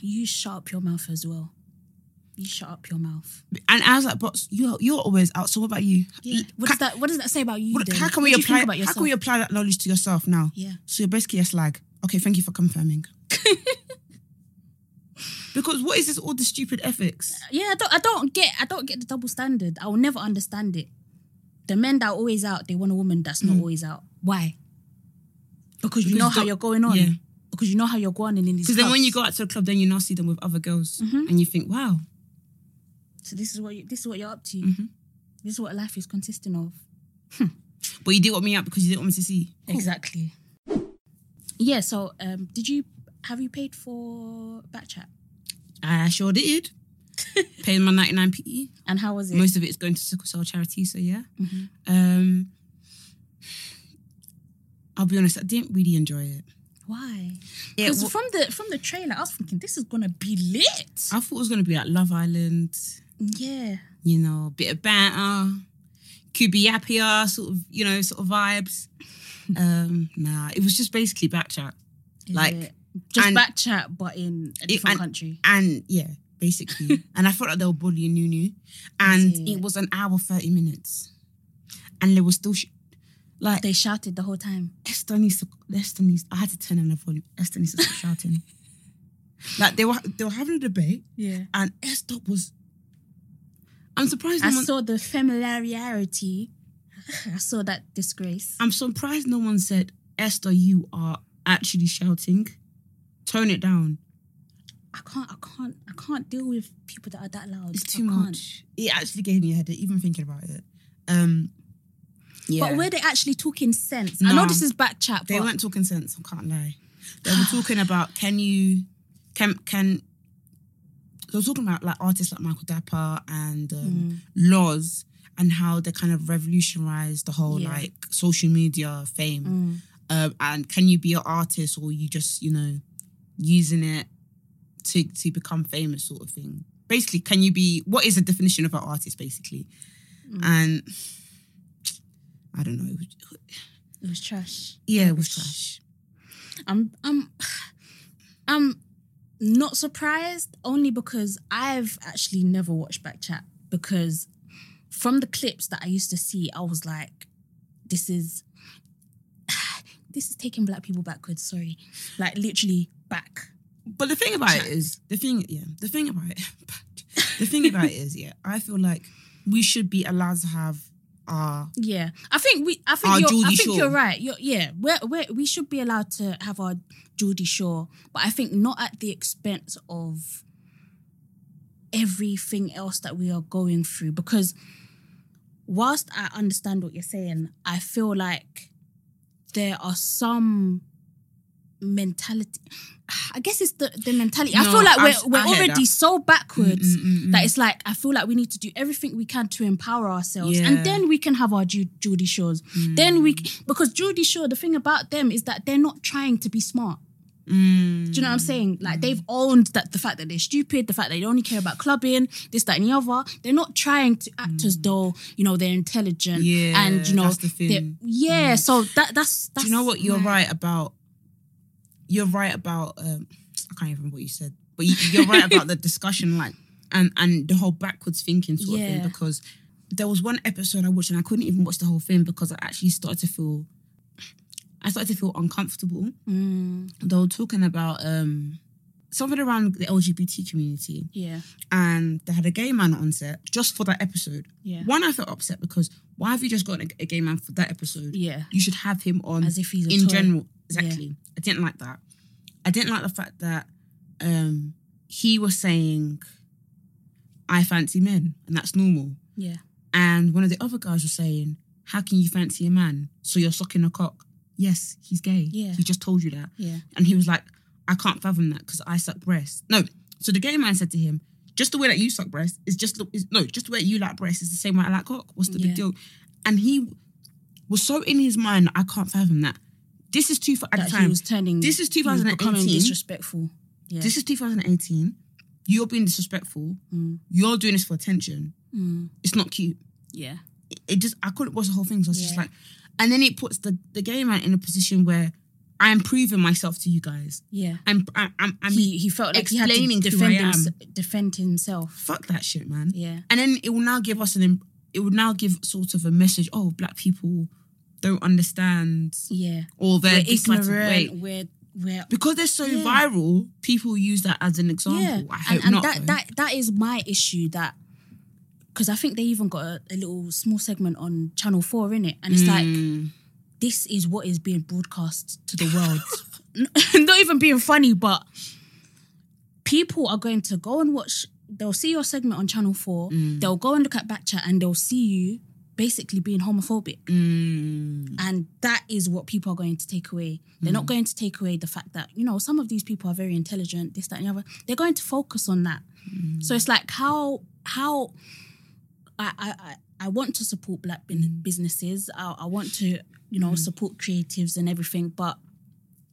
S2: You shut up your mouth as well. You shut up your mouth.
S1: And I was like, "But you you're always out. So what about you?
S2: Yeah. What
S1: Ca-
S2: does that What does that say about you?
S1: what-
S2: then?
S1: how can
S2: What
S1: we
S2: do you
S1: apply?
S2: think about
S1: how
S2: yourself?
S1: can we apply that knowledge to yourself now?
S2: yeah.
S1: So you're basically a slag. Okay, thank you for confirming. because what is this all the stupid ethics?
S2: Yeah. I don't. I don't get. I don't get the double standard. I will never understand it. The men that are always out, they want a woman that's not always out. Why? Because you
S1: Mm. Because
S2: know how
S1: the-
S2: you're going on.
S1: yeah.
S2: Because you know how you're going in these.
S1: Because then when you
S2: clubs. Mm-hmm.
S1: go out to a club, then you now see them with other girls, and you think, wow,
S2: so this is what you, this is what you're up to.
S1: Mhm.
S2: This is what life is consisting of.
S1: but you did want me out because you didn't want me to see. Cool.
S2: Exactly. Yeah. So, um, did you have you paid for back chat?
S1: I sure did. Paying my 99 PE.
S2: And how was it?
S1: Most of it is going to sickle cell charity, so yeah. Um, I'll be honest, I didn't really enjoy it.
S2: Why?
S1: Yeah,
S2: Because
S1: wh-
S2: from the from the trailer, I was thinking this is gonna be lit.
S1: I thought it was going to be like Love Island,
S2: yeah.
S1: you know, bit of banter, could be happier, sort of, you know, sort of vibes. Um, nah, it was just basically backchat.
S2: Is
S1: Like,
S2: it? just
S1: and-
S2: back chat, but in a different
S1: and-
S2: country.
S1: And yeah, basically. and I felt like they were bullying Nunu. And
S2: Yeah.
S1: it was an hour, 30 minutes. And they were still, sh- like,
S2: They shouted the whole time.
S1: Esther needs to, Esther needs, I had to turn on the volume. Esther needs to stop shouting. Like, they were, they were having a debate,
S2: Yeah.
S1: and Esther was, I'm surprised
S2: I
S1: no one,
S2: saw the familiarity. I saw that disgrace.
S1: I'm surprised no one said, Esther, you are actually shouting. Tone it down.
S2: I can't. I can't. I can't deal with people that are that loud.
S1: It's
S2: I
S1: too
S2: can't.
S1: much. It actually gave me a headache, even thinking about it. Um, yeah.
S2: But were they actually talking sense? I
S1: No.
S2: know this is back chat.
S1: they
S2: but
S1: weren't talking sense. I can't lie. They were talking about can you, can can. They were talking about like artists like Michael Dapper and
S2: Mm,
S1: um, Laws and how they kind of revolutionized the whole
S2: Yeah.
S1: like social media fame.
S2: mm.
S1: Um, and can you be an artist or you just you know using it to to become famous sort of thing basically can you be what is the definition of an artist basically and i don't know It was-
S2: It was trash.
S1: yeah it was trash
S2: I'm I'm I'm not surprised only because I've actually never watched Backchat because from the clips that I used to see, I was like, this is this is taking black people backwards, sorry. Like literally back.
S1: but the thing about it is the thing yeah the thing about it the thing about it is yeah i feel like we should be allowed to have our
S2: Yeah. I think we I think
S1: Our
S2: you're I
S1: Geordie
S2: think
S1: Shore.
S2: you're right. You're, yeah. We're, we're, we should be allowed to have our Geordie Shore, but I think not at the expense of everything else that we are going through because whilst I understand what you're saying, I feel like there are some mentality I guess it's the, the mentality. I
S1: No,
S2: feel like
S1: I-
S2: we're, we're
S1: I hear
S2: already
S1: that.
S2: so backwards
S1: Mm, mm, mm,
S2: that it's like I feel like we need to do everything we can to empower ourselves,
S1: Yeah.
S2: and then we can have our Ju- Judy shows.
S1: mm,
S2: Then we c- because Judy Shaw, the thing about them is that they're not trying to be smart.
S1: mm.
S2: Do you know what I'm saying? Like they've owned that the fact that they're stupid, the fact that they only care about clubbing, this, that, and the other. They're not trying to act as though you know they're intelligent.
S1: Mm. Yeah,
S2: and you know
S1: that's the
S2: they're-
S1: thing. Mm.
S2: Yeah, so that that's, that's
S1: Do you know what you're
S2: mad.
S1: right about? You're right about. Um, I can't even remember what you said, but you, you're right about the discussion, like and and the whole backwards thinking sort of
S2: Yeah.
S1: thing. Because there was one episode I watched and I couldn't even watch the whole thing because I actually started to feel. I started to feel uncomfortable.
S2: Mm,
S1: They were talking about um, something around the LGBT community,
S2: Yeah.
S1: and they had a gay man on set just for that episode.
S2: Yeah.
S1: One, I felt upset because why have you just gotten a, a gay man for that episode?
S2: Yeah.
S1: You should have him on
S2: As if he's a
S1: Mm. in
S2: toy.
S1: general. Exactly. I didn't like that. I didn't like the fact that um, he was saying, "I fancy men," and that's normal.
S2: Yeah.
S1: And one of the other guys was saying, How can you fancy a man? So you're sucking a cock. Yes, he's gay.
S2: Yeah.
S1: He just told you that.
S2: Yeah.
S1: And he was like, I can't fathom that because I suck breasts. No. So the gay man said to him, Just the way that you suck breasts is just, the- is, no, just the way you like breasts is the same way I like cock. What's the
S2: Yeah.
S1: big deal? And he was so in his mind, I can't fathom that. This is two, at
S2: That
S1: the
S2: he
S1: time,
S2: was turning.
S1: this is
S2: he was becoming
S1: 2018.
S2: Disrespectful. Yeah.
S1: this is 2018. You're being disrespectful.
S2: Mm.
S1: You're doing this for attention.
S2: Mm.
S1: It's not cute.
S2: Yeah.
S1: it just I couldn't watch the whole thing. So I was just
S2: Yeah.
S1: like, and then it puts the the gay man in a position where I am proving myself to you guys.
S2: Yeah.
S1: I'm I, I'm I mean,
S2: he, he felt like he had
S1: explaining
S2: to
S1: who
S2: defend,
S1: I am.
S2: hims- defend himself.
S1: fuck that shit, man.
S2: Yeah.
S1: And then it will now give us an im- it will now give sort of a message. Oh, black people don't understand
S2: Yeah.
S1: or they're
S2: We're
S1: this type of way.
S2: ignorant. We're we're
S1: Because they're so
S2: Yeah.
S1: viral, people use that as an example. I hope
S2: and, and
S1: not.
S2: that
S1: though.
S2: that that is my issue. That because I think they even got a, a little small segment on Channel Four in it, and it's like
S1: Mm.
S2: this is what is being broadcast to the world. N- Not even being funny, but people are going to go and watch. They'll see your segment on Channel Four. They'll go and look at Backchat, and they'll see you basically being homophobic.
S1: Mm.
S2: And that is what people are going to take away. They're not going to take away the fact that, you know, some of these people are very intelligent, this, that, and the other. They're going to focus on that.
S1: Mm.
S2: So it's like how how I I, I, I want to support black
S1: Mm.
S2: bin- businesses. I, I want to, you know, support creatives and everything, but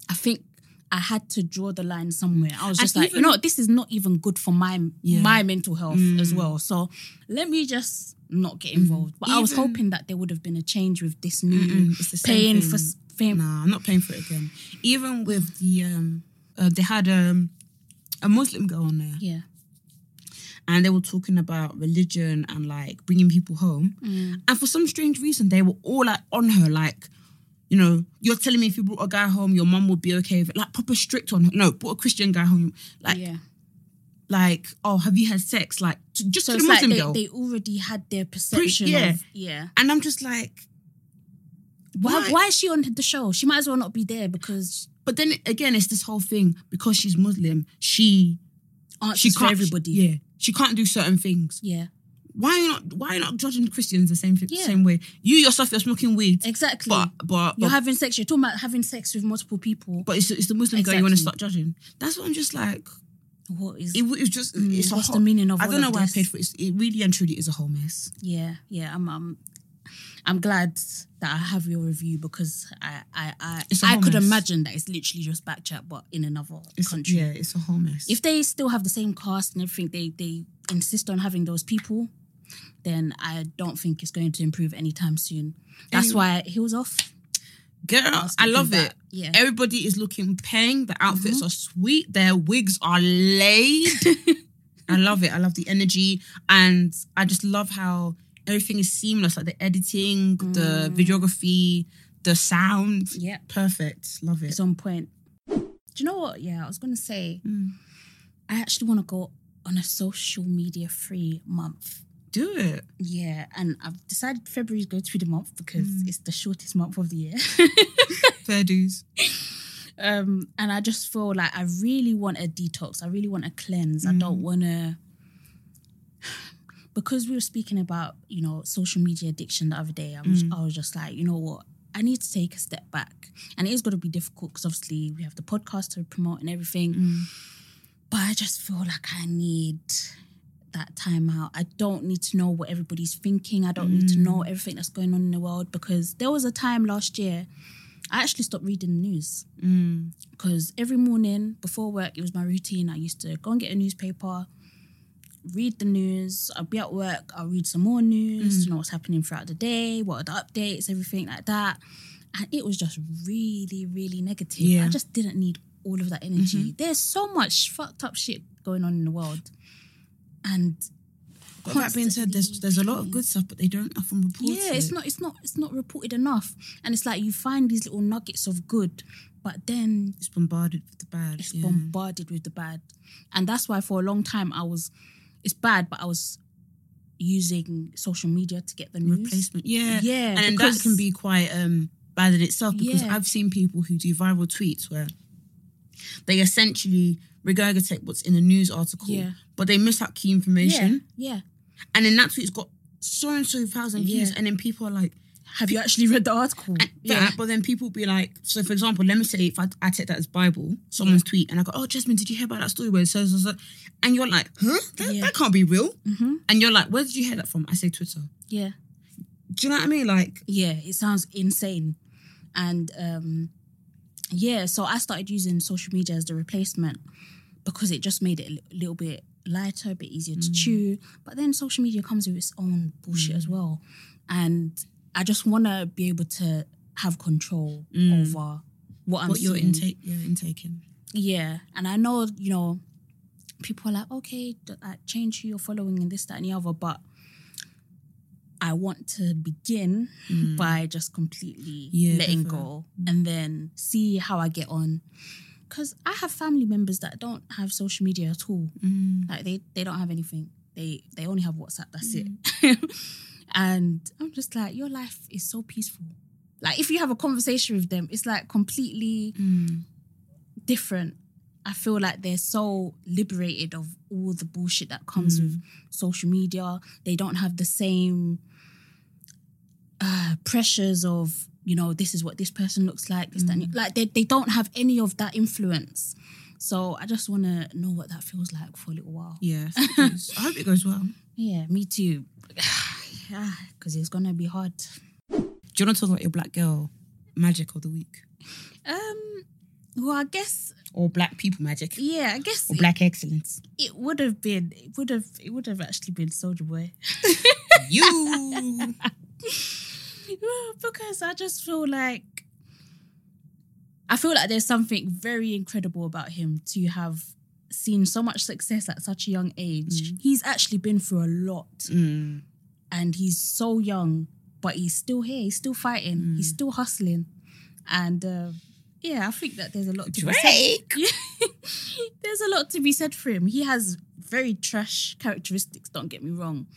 S2: I think I had to draw the line somewhere. I was
S1: And
S2: just like, you
S1: even-
S2: know, this is not even good for my
S1: Yeah. Mm.
S2: my mental health as well. So let me just not get involved. But I was
S1: Even-
S2: hoping that there would have been a change with this new
S1: Mm-mm, Mm, it's the same
S2: paying
S1: thing.
S2: for s- fame.
S1: Nah, I'm not paying for it again. Even with the um, uh, they had um, a Muslim girl on there,
S2: Yeah,
S1: and they were talking about religion and like bringing people home.
S2: Mm.
S1: And for some strange reason, they were all like on her, like, you know, you're telling me if you brought a guy home, your mum would be okay with it. Like proper strict on her. No, brought a Christian guy home, like,
S2: yeah.
S1: like, oh, have you had sex? Like, to, just
S2: So
S1: to
S2: it's
S1: the
S2: like
S1: Muslim
S2: they,
S1: girl.
S2: they already had their perception.
S1: yeah.
S2: Of, yeah.
S1: and I'm just like,
S2: Why, why is she on the show? She might as well not be there because
S1: But then again, it's this whole thing because she's Muslim, she
S2: answers
S1: she
S2: for
S1: can't
S2: everybody.
S1: Yeah, she can't do certain things.
S2: yeah.
S1: Why are you not? Why are you not judging Christians the same
S2: Yeah.
S1: same way? You yourself, you're smoking weed,
S2: Exactly.
S1: but but
S2: you're
S1: but,
S2: having sex. You're talking about having sex with multiple people.
S1: but it's, it's the Muslim girl you want to start
S2: Exactly.
S1: judging. That's what I'm just like.
S2: What is?
S1: It, was just
S2: Mm,
S1: it's a
S2: what's the
S1: whole-
S2: meaning of
S1: I
S2: all
S1: don't know
S2: of
S1: why I
S2: this?
S1: paid for it. It's- It really and truly is a whole mess.
S2: yeah, yeah. I'm, I'm, I'm glad that I have your review because I, I, I,
S1: It's a
S2: I
S1: whole
S2: could
S1: mess.
S2: imagine that it's literally just backchat, but in another
S1: It's,
S2: country.
S1: Yeah, it's a whole mess.
S2: If they still have the same cast and everything, they they insist on having those people. Then I don't think it's going to improve anytime soon. That's
S1: Anyway.
S2: why heels off.
S1: Girl, Uh, I
S2: thinking
S1: love
S2: that,
S1: it.
S2: yeah.
S1: Everybody is looking peng. The outfits are sweet. Their wigs are laid. I love it. I love the energy. And I just love how everything is seamless like the editing, the videography, the sound.
S2: Yeah.
S1: Perfect. Love it.
S2: It's on point. Do you know what? Yeah, I was gonna say,
S1: Mm.
S2: I actually want to go on a social media free month.
S1: Do it.
S2: Yeah, and I've decided February is going to be the month because
S1: Mm.
S2: it's the shortest month of the year.
S1: Fair dues.
S2: um, and I just feel like I really want a detox. I really want a cleanse. I don't want to. Because we were speaking about, you know, social media addiction the other day, I was, I was just like, you know what? I need to take a step back. And it is going to be difficult because obviously we have the podcast to promote and everything. But I just feel like I need that time out. I don't need to know what everybody's thinking. I don't need to know everything that's going on in the world because there was a time last year I actually stopped reading the news
S1: Mm.
S2: because every morning before work it was my routine i used to go and get a newspaper read the news i'll be at work i'll read some more news you know what's happening throughout the day what are the updates everything like that and it was just really really negative
S1: Yeah.
S2: i just didn't need all of that energy there's so much fucked up shit going on in the world and
S1: But that being said, there's there's a lot of good stuff, but they don't often report
S2: yeah, it's
S1: it.
S2: not it's not it's not reported enough. And it's like you find these little nuggets of good, But then
S1: It's bombarded with the bad.
S2: it's
S1: yeah.
S2: bombarded with the bad. And that's why for a long time I was, it's bad, but I was using social media to get the news.
S1: replacement. Yeah.
S2: Yeah,
S1: And that
S2: because-
S1: can be quite um bad in itself because
S2: Yeah.
S1: I've seen people who do viral tweets where they essentially regurgitate what's in a news article,
S2: Yeah.
S1: but they miss out key information.
S2: Yeah, yeah.
S1: And then that tweet's got so and so thousand views.
S2: Yeah.
S1: And then people are like,
S2: Have you actually read the article?
S1: that, but then people be like, so for example, let me say if I, I take that as Bible, someone's tweet, and I go, oh, Jasmine, did you hear about that story where it says, says- says?" and you're like, huh? That,
S2: Yeah.
S1: that can't be real.
S2: Mm-hmm.
S1: And you're like, where did you hear that from? I say Twitter.
S2: Yeah.
S1: Do you know what I mean? Like,
S2: Yeah, it sounds insane. And um yeah, so I started using social media as the replacement because it just made it a li- little bit lighter, a bit easier
S1: Mm.
S2: to chew. But then social media comes with its own bullshit as well. And I just want to be able to have control over what I'm
S1: Mm. what you're
S2: seeing.
S1: intake, yeah, intaking.
S2: Yeah, and I know you know people are like, okay, th- like, change who you're following and this, that, and the other, but I want to begin by just completely
S1: Mm. Yeah,
S2: letting
S1: definitely. Mm.
S2: go and then see how I get on. Because I have family members that don't have social media at all.
S1: Mm.
S2: Like they they don't have anything. They they only have WhatsApp. That's it.
S1: Mm.
S2: and I'm just like, your life is so peaceful. Like if you have a conversation with them, it's like completely
S1: Mm.
S2: different. I feel like they're so liberated of all the bullshit that comes with social media. They don't have the same uh, pressures of you know this is what this person looks like. This, that, and the- like they they don't have any of that influence. So I just want to know what that feels like for a little while.
S1: Yeah, fuck yous. I hope it goes well.
S2: Yeah, me too. Because it's gonna be hard.
S1: Do you want to talk about your black girl magic of the week
S2: Um. Well, I guess
S1: or black people magic
S2: yeah. I guess
S1: or black excellence?
S2: it, it would have been. It would have. It would have actually been Soldier Boy.
S1: you.
S2: Well, because I just feel like I feel like there's something very incredible about him to have seen so much success at such a young age. He's actually been through a lot
S1: Mm,
S2: and he's so young, but he's still here, he's still fighting, he's
S1: Mm.
S2: still hustling. And uh, yeah, I think that there's a lot to be said.
S1: Drake.
S2: There's a lot to be said for him. He has very trash characteristics, don't get me wrong.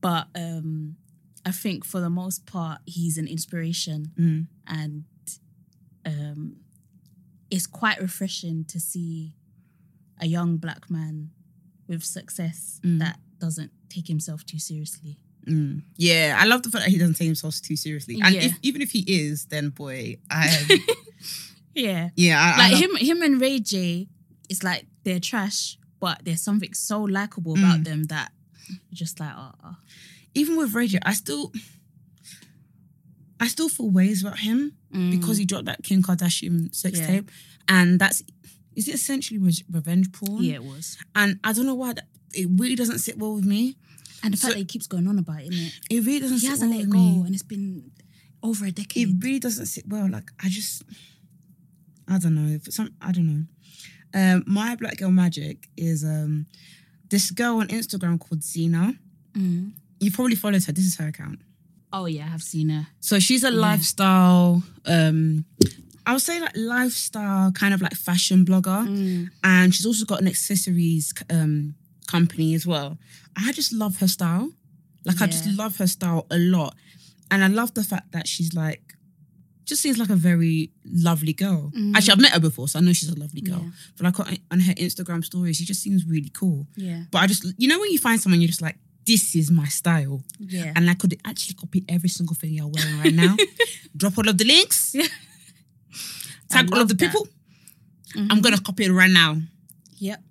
S2: But um, I think for the most part, he's an inspiration
S1: Mm.
S2: and um, it's quite refreshing to see a young black man with success
S1: Mm.
S2: that doesn't take himself too seriously.
S1: Mm. Yeah, I love the fact that he doesn't take himself too seriously. And
S2: Yeah.
S1: if, even if he is, then boy, I
S2: Yeah,
S1: yeah, I, I
S2: like
S1: love-
S2: him, him and Ray J, it's like they're trash, but there's something so likable about them that you're just like, oh, oh.
S1: Even with Ray J, I still, I still feel ways about him
S2: Mm.
S1: because he dropped that Kim Kardashian sex
S2: Yeah.
S1: tape, and that's is it essentially re- revenge porn?
S2: yeah, it was,
S1: and I don't know why that, it really doesn't sit well with me.
S2: and the
S1: So-
S2: fact that he keeps going on about it, innit?
S1: It really doesn't.
S2: he
S1: sit
S2: hasn't
S1: well
S2: let it
S1: with
S2: go,
S1: me.
S2: and it's been over a
S1: It
S2: decade.
S1: really doesn't sit well. Like I just, I don't know. If it's some, I don't know. Um, my black girl magic is um, this girl on Instagram called Zena.
S2: Mm.
S1: You probably followed her. This is her account.
S2: Oh yeah, I have seen her.
S1: So she's a lifestyle. Um, I would say like lifestyle kind of like fashion blogger,
S2: Mm.
S1: and she's also got an accessories um, company as well. I just love her style. Like I just
S2: Yeah.
S1: love her style a lot, and I love the fact that she's like. Just seems like a very lovely girl. Actually, I've met her before, so I know she's a lovely girl.
S2: Mm. Yeah.
S1: But like on, on her Instagram stories, she just seems really cool.
S2: Yeah,
S1: But I just, you know, when you find someone, you're just like, this is my style
S2: yeah.
S1: and I could actually copy every single thing you're wearing right now. Drop all of the links.
S2: I
S1: Tag all
S2: love
S1: of the
S2: that.
S1: people.
S2: Mm-hmm.
S1: I'm gonna copy it right now.
S2: Yep.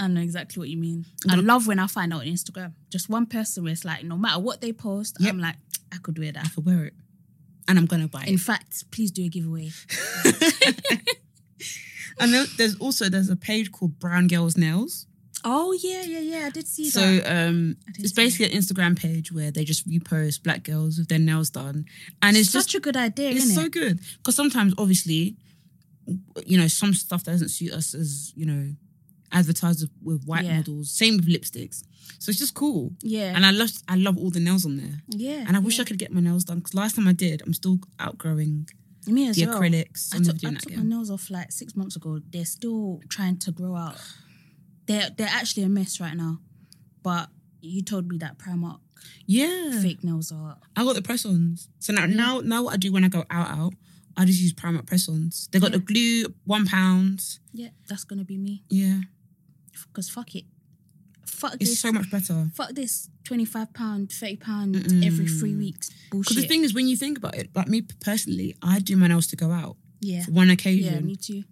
S2: I know exactly what you mean. I love when I find out on Instagram, just one person where it's like, no matter what they post,
S1: Yep.
S2: I'm like, I could wear
S1: I
S2: that.
S1: could wear it, and I'm gonna buy
S2: In
S1: it.
S2: fact, please do a giveaway.
S1: And then there's also there's a page called Brown Girls Nails.
S2: Oh yeah, yeah, yeah. I did see
S1: So
S2: that.
S1: um,
S2: I did
S1: it's
S2: see
S1: basically an Instagram page where they just repost black girls with their nails done, and it's
S2: Such
S1: just
S2: a good idea,
S1: it's
S2: isn't
S1: so
S2: it?
S1: good because sometimes obviously you know some stuff doesn't suit us as you know advertised with white
S2: Yeah.
S1: models same with lipsticks so it's just cool
S2: Yeah.
S1: and i love i love all the nails on there
S2: yeah.
S1: and i wish i could get my nails done because last time i did i'm still outgrowing
S2: Me as
S1: the
S2: well.
S1: acrylics.
S2: I
S1: I'm never
S2: took, I
S1: doing that
S2: took my
S1: again.
S2: nails off like six months ago. They're still trying to grow out. They're they're actually a mess right now. But you told me that Primark
S1: Yeah,
S2: fake nails are.
S1: I got the press-ons. So now,
S2: Mm.
S1: now, now, what I do when I go out, out, I just use Primark press-ons. They got the glue, one pound.
S2: Yeah, that's gonna be me.
S1: Yeah,
S2: Cause fuck it. Fuck
S1: it's
S2: this.
S1: so much better.
S2: fuck this. Twenty five pound, thirty pound
S1: Mm-mm.
S2: every three weeks. Bullshit.
S1: Because the thing is, when you think about it, like me personally, I do my nails to go out
S2: yeah.
S1: for one
S2: Yeah,
S1: occasion.
S2: me too.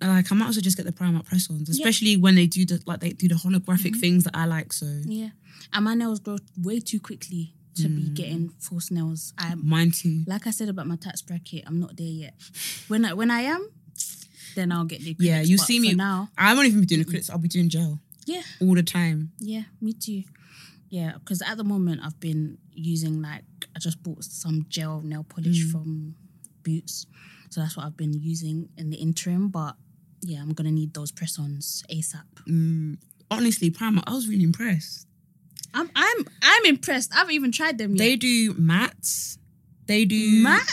S1: And, Like I might as well just get the Primark press-ons,
S2: Yeah. Mm-hmm.
S1: especially when they do the like they do the holographic things that I like. So
S2: Yeah. And my nails grow way too quickly to
S1: Mm.
S2: be getting false nails. I'm
S1: mine too.
S2: like I said about my tax bracket, I'm not there yet. When I when I am, then I'll get the acrylics.
S1: Yeah, you
S2: but
S1: see
S2: for
S1: me-
S2: now.
S1: I won't even be doing acrylics. I'll be doing gel
S2: Yeah,
S1: all the time.
S2: yeah, me too. Yeah, because at the moment I've been using like I just bought some gel nail polish
S1: Mm.
S2: from Boots, so that's what I've been using in the interim. But yeah, I'm gonna need those press-ons ASAP.
S1: Mm. Honestly, Primark, I was really impressed.
S2: I'm I'm I'm impressed. I haven't even tried them yet.
S1: They do mattes. They do
S2: Matt,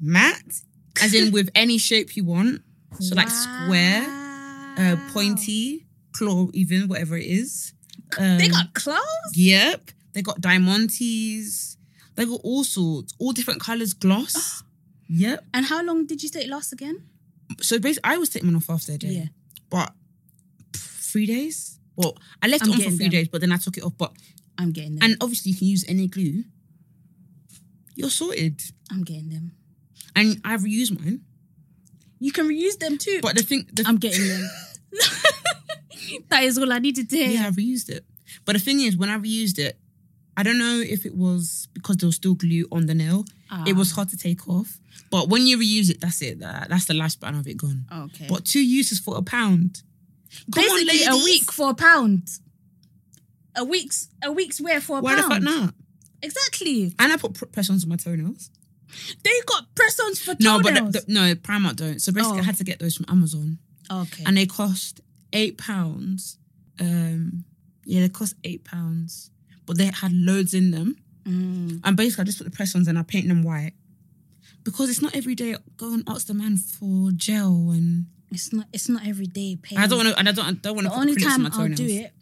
S1: matte, as in with any shape you want. So like square, uh,
S2: Wow.
S1: pointy, claw, even whatever it is. Um,
S2: They got clothes.
S1: Yep. They got diamantes. They got all sorts, all different colors, gloss. yep.
S2: And how long did you say it lasts again?
S1: So basically, I was taking mine off after a day,
S2: Yeah.
S1: but pff, three days. Well, I left
S2: I'm
S1: it on for
S2: getting
S1: three
S2: them.
S1: days, but then I took it off. But
S2: I'm getting them.
S1: and obviously, you can use any glue. You're sorted.
S2: I'm getting them.
S1: And I've reused mine.
S2: You can reuse them too.
S1: But the thing, the
S2: I'm getting them. that is all I needed to hear.
S1: Yeah, I've reused it. But the thing is, when I reused it, I don't know if it was because there was still glue on the nail. It
S2: Ah.
S1: was hard to take off. But when you reuse it, that's it. That- That's the lifespan of it gone.
S2: Oh, Okay.
S1: But two uses for a pound. Come on,
S2: Basically, a
S1: ladies.
S2: week for a pound. A week's a week's wear for a
S1: Why the
S2: pound.
S1: fuck not?
S2: Exactly.
S1: And I put pr- press ons on my toenails.
S2: They got press-ons for
S1: No,
S2: toenails.
S1: but the, the, no, Primark don't. So basically,
S2: Oh.
S1: I had to get those from Amazon,
S2: okay.
S1: and they cost eight pounds. Um, yeah, they cost eight pounds, but they had loads in them.
S2: Mm,
S1: And basically, I just put the press ons and I paint them white. Because it's not every day I go and ask the man for gel and
S2: it's not. It's not every day. Pay.
S1: I don't want to and I don't I don't want
S2: The
S1: to put
S2: only
S1: acrylics on
S2: time
S1: my
S2: I'll
S1: toenails.
S2: do it.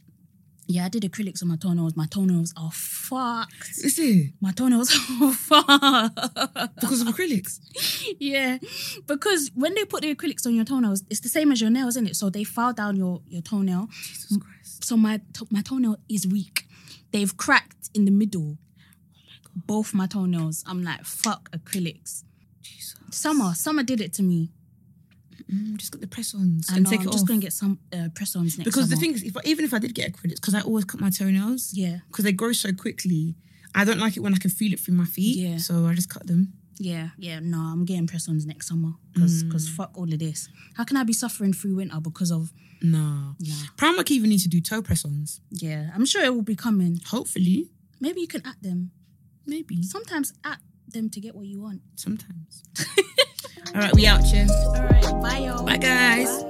S2: Yeah, I did acrylics on my toenails. My toenails are fucked.
S1: Is it
S2: My toenails are fucked.
S1: because of acrylics?
S2: Yeah, because when they put the acrylics on your toenails, it's the same as your nails, isn't it? So they file down your your toenail.
S1: Jesus
S2: Mm.
S1: Christ!
S2: So my to- my toenail is weak. They've cracked in the middle. Both my toenails. I'm like, fuck acrylics.
S1: Jesus!
S2: Summer, summer did it to me.
S1: Mm, just get the press ons
S2: I
S1: and
S2: know,
S1: take
S2: I'm
S1: it
S2: just
S1: off.
S2: gonna get some uh, press ons next.
S1: because the
S2: summer.
S1: thing is, if I, even if I did get acrylics, because I always cut my toenails
S2: yeah,
S1: because they grow so quickly. I don't like it when I can feel it through my feet.
S2: Yeah.
S1: So I just cut them.
S2: yeah, yeah. No, I'm getting press ons next summer because
S1: Mm.
S2: fuck all of this. How can I be suffering through winter because of?
S1: No.
S2: Nah.
S1: Primark even need to do toe press ons.
S2: Yeah, I'm sure it will be coming.
S1: Hopefully,
S2: Maybe you can add them.
S1: maybe
S2: Sometimes add them to get what you want.
S1: sometimes. All right, we out, cheers.
S2: All right, bye, y'all.
S1: Bye, guys.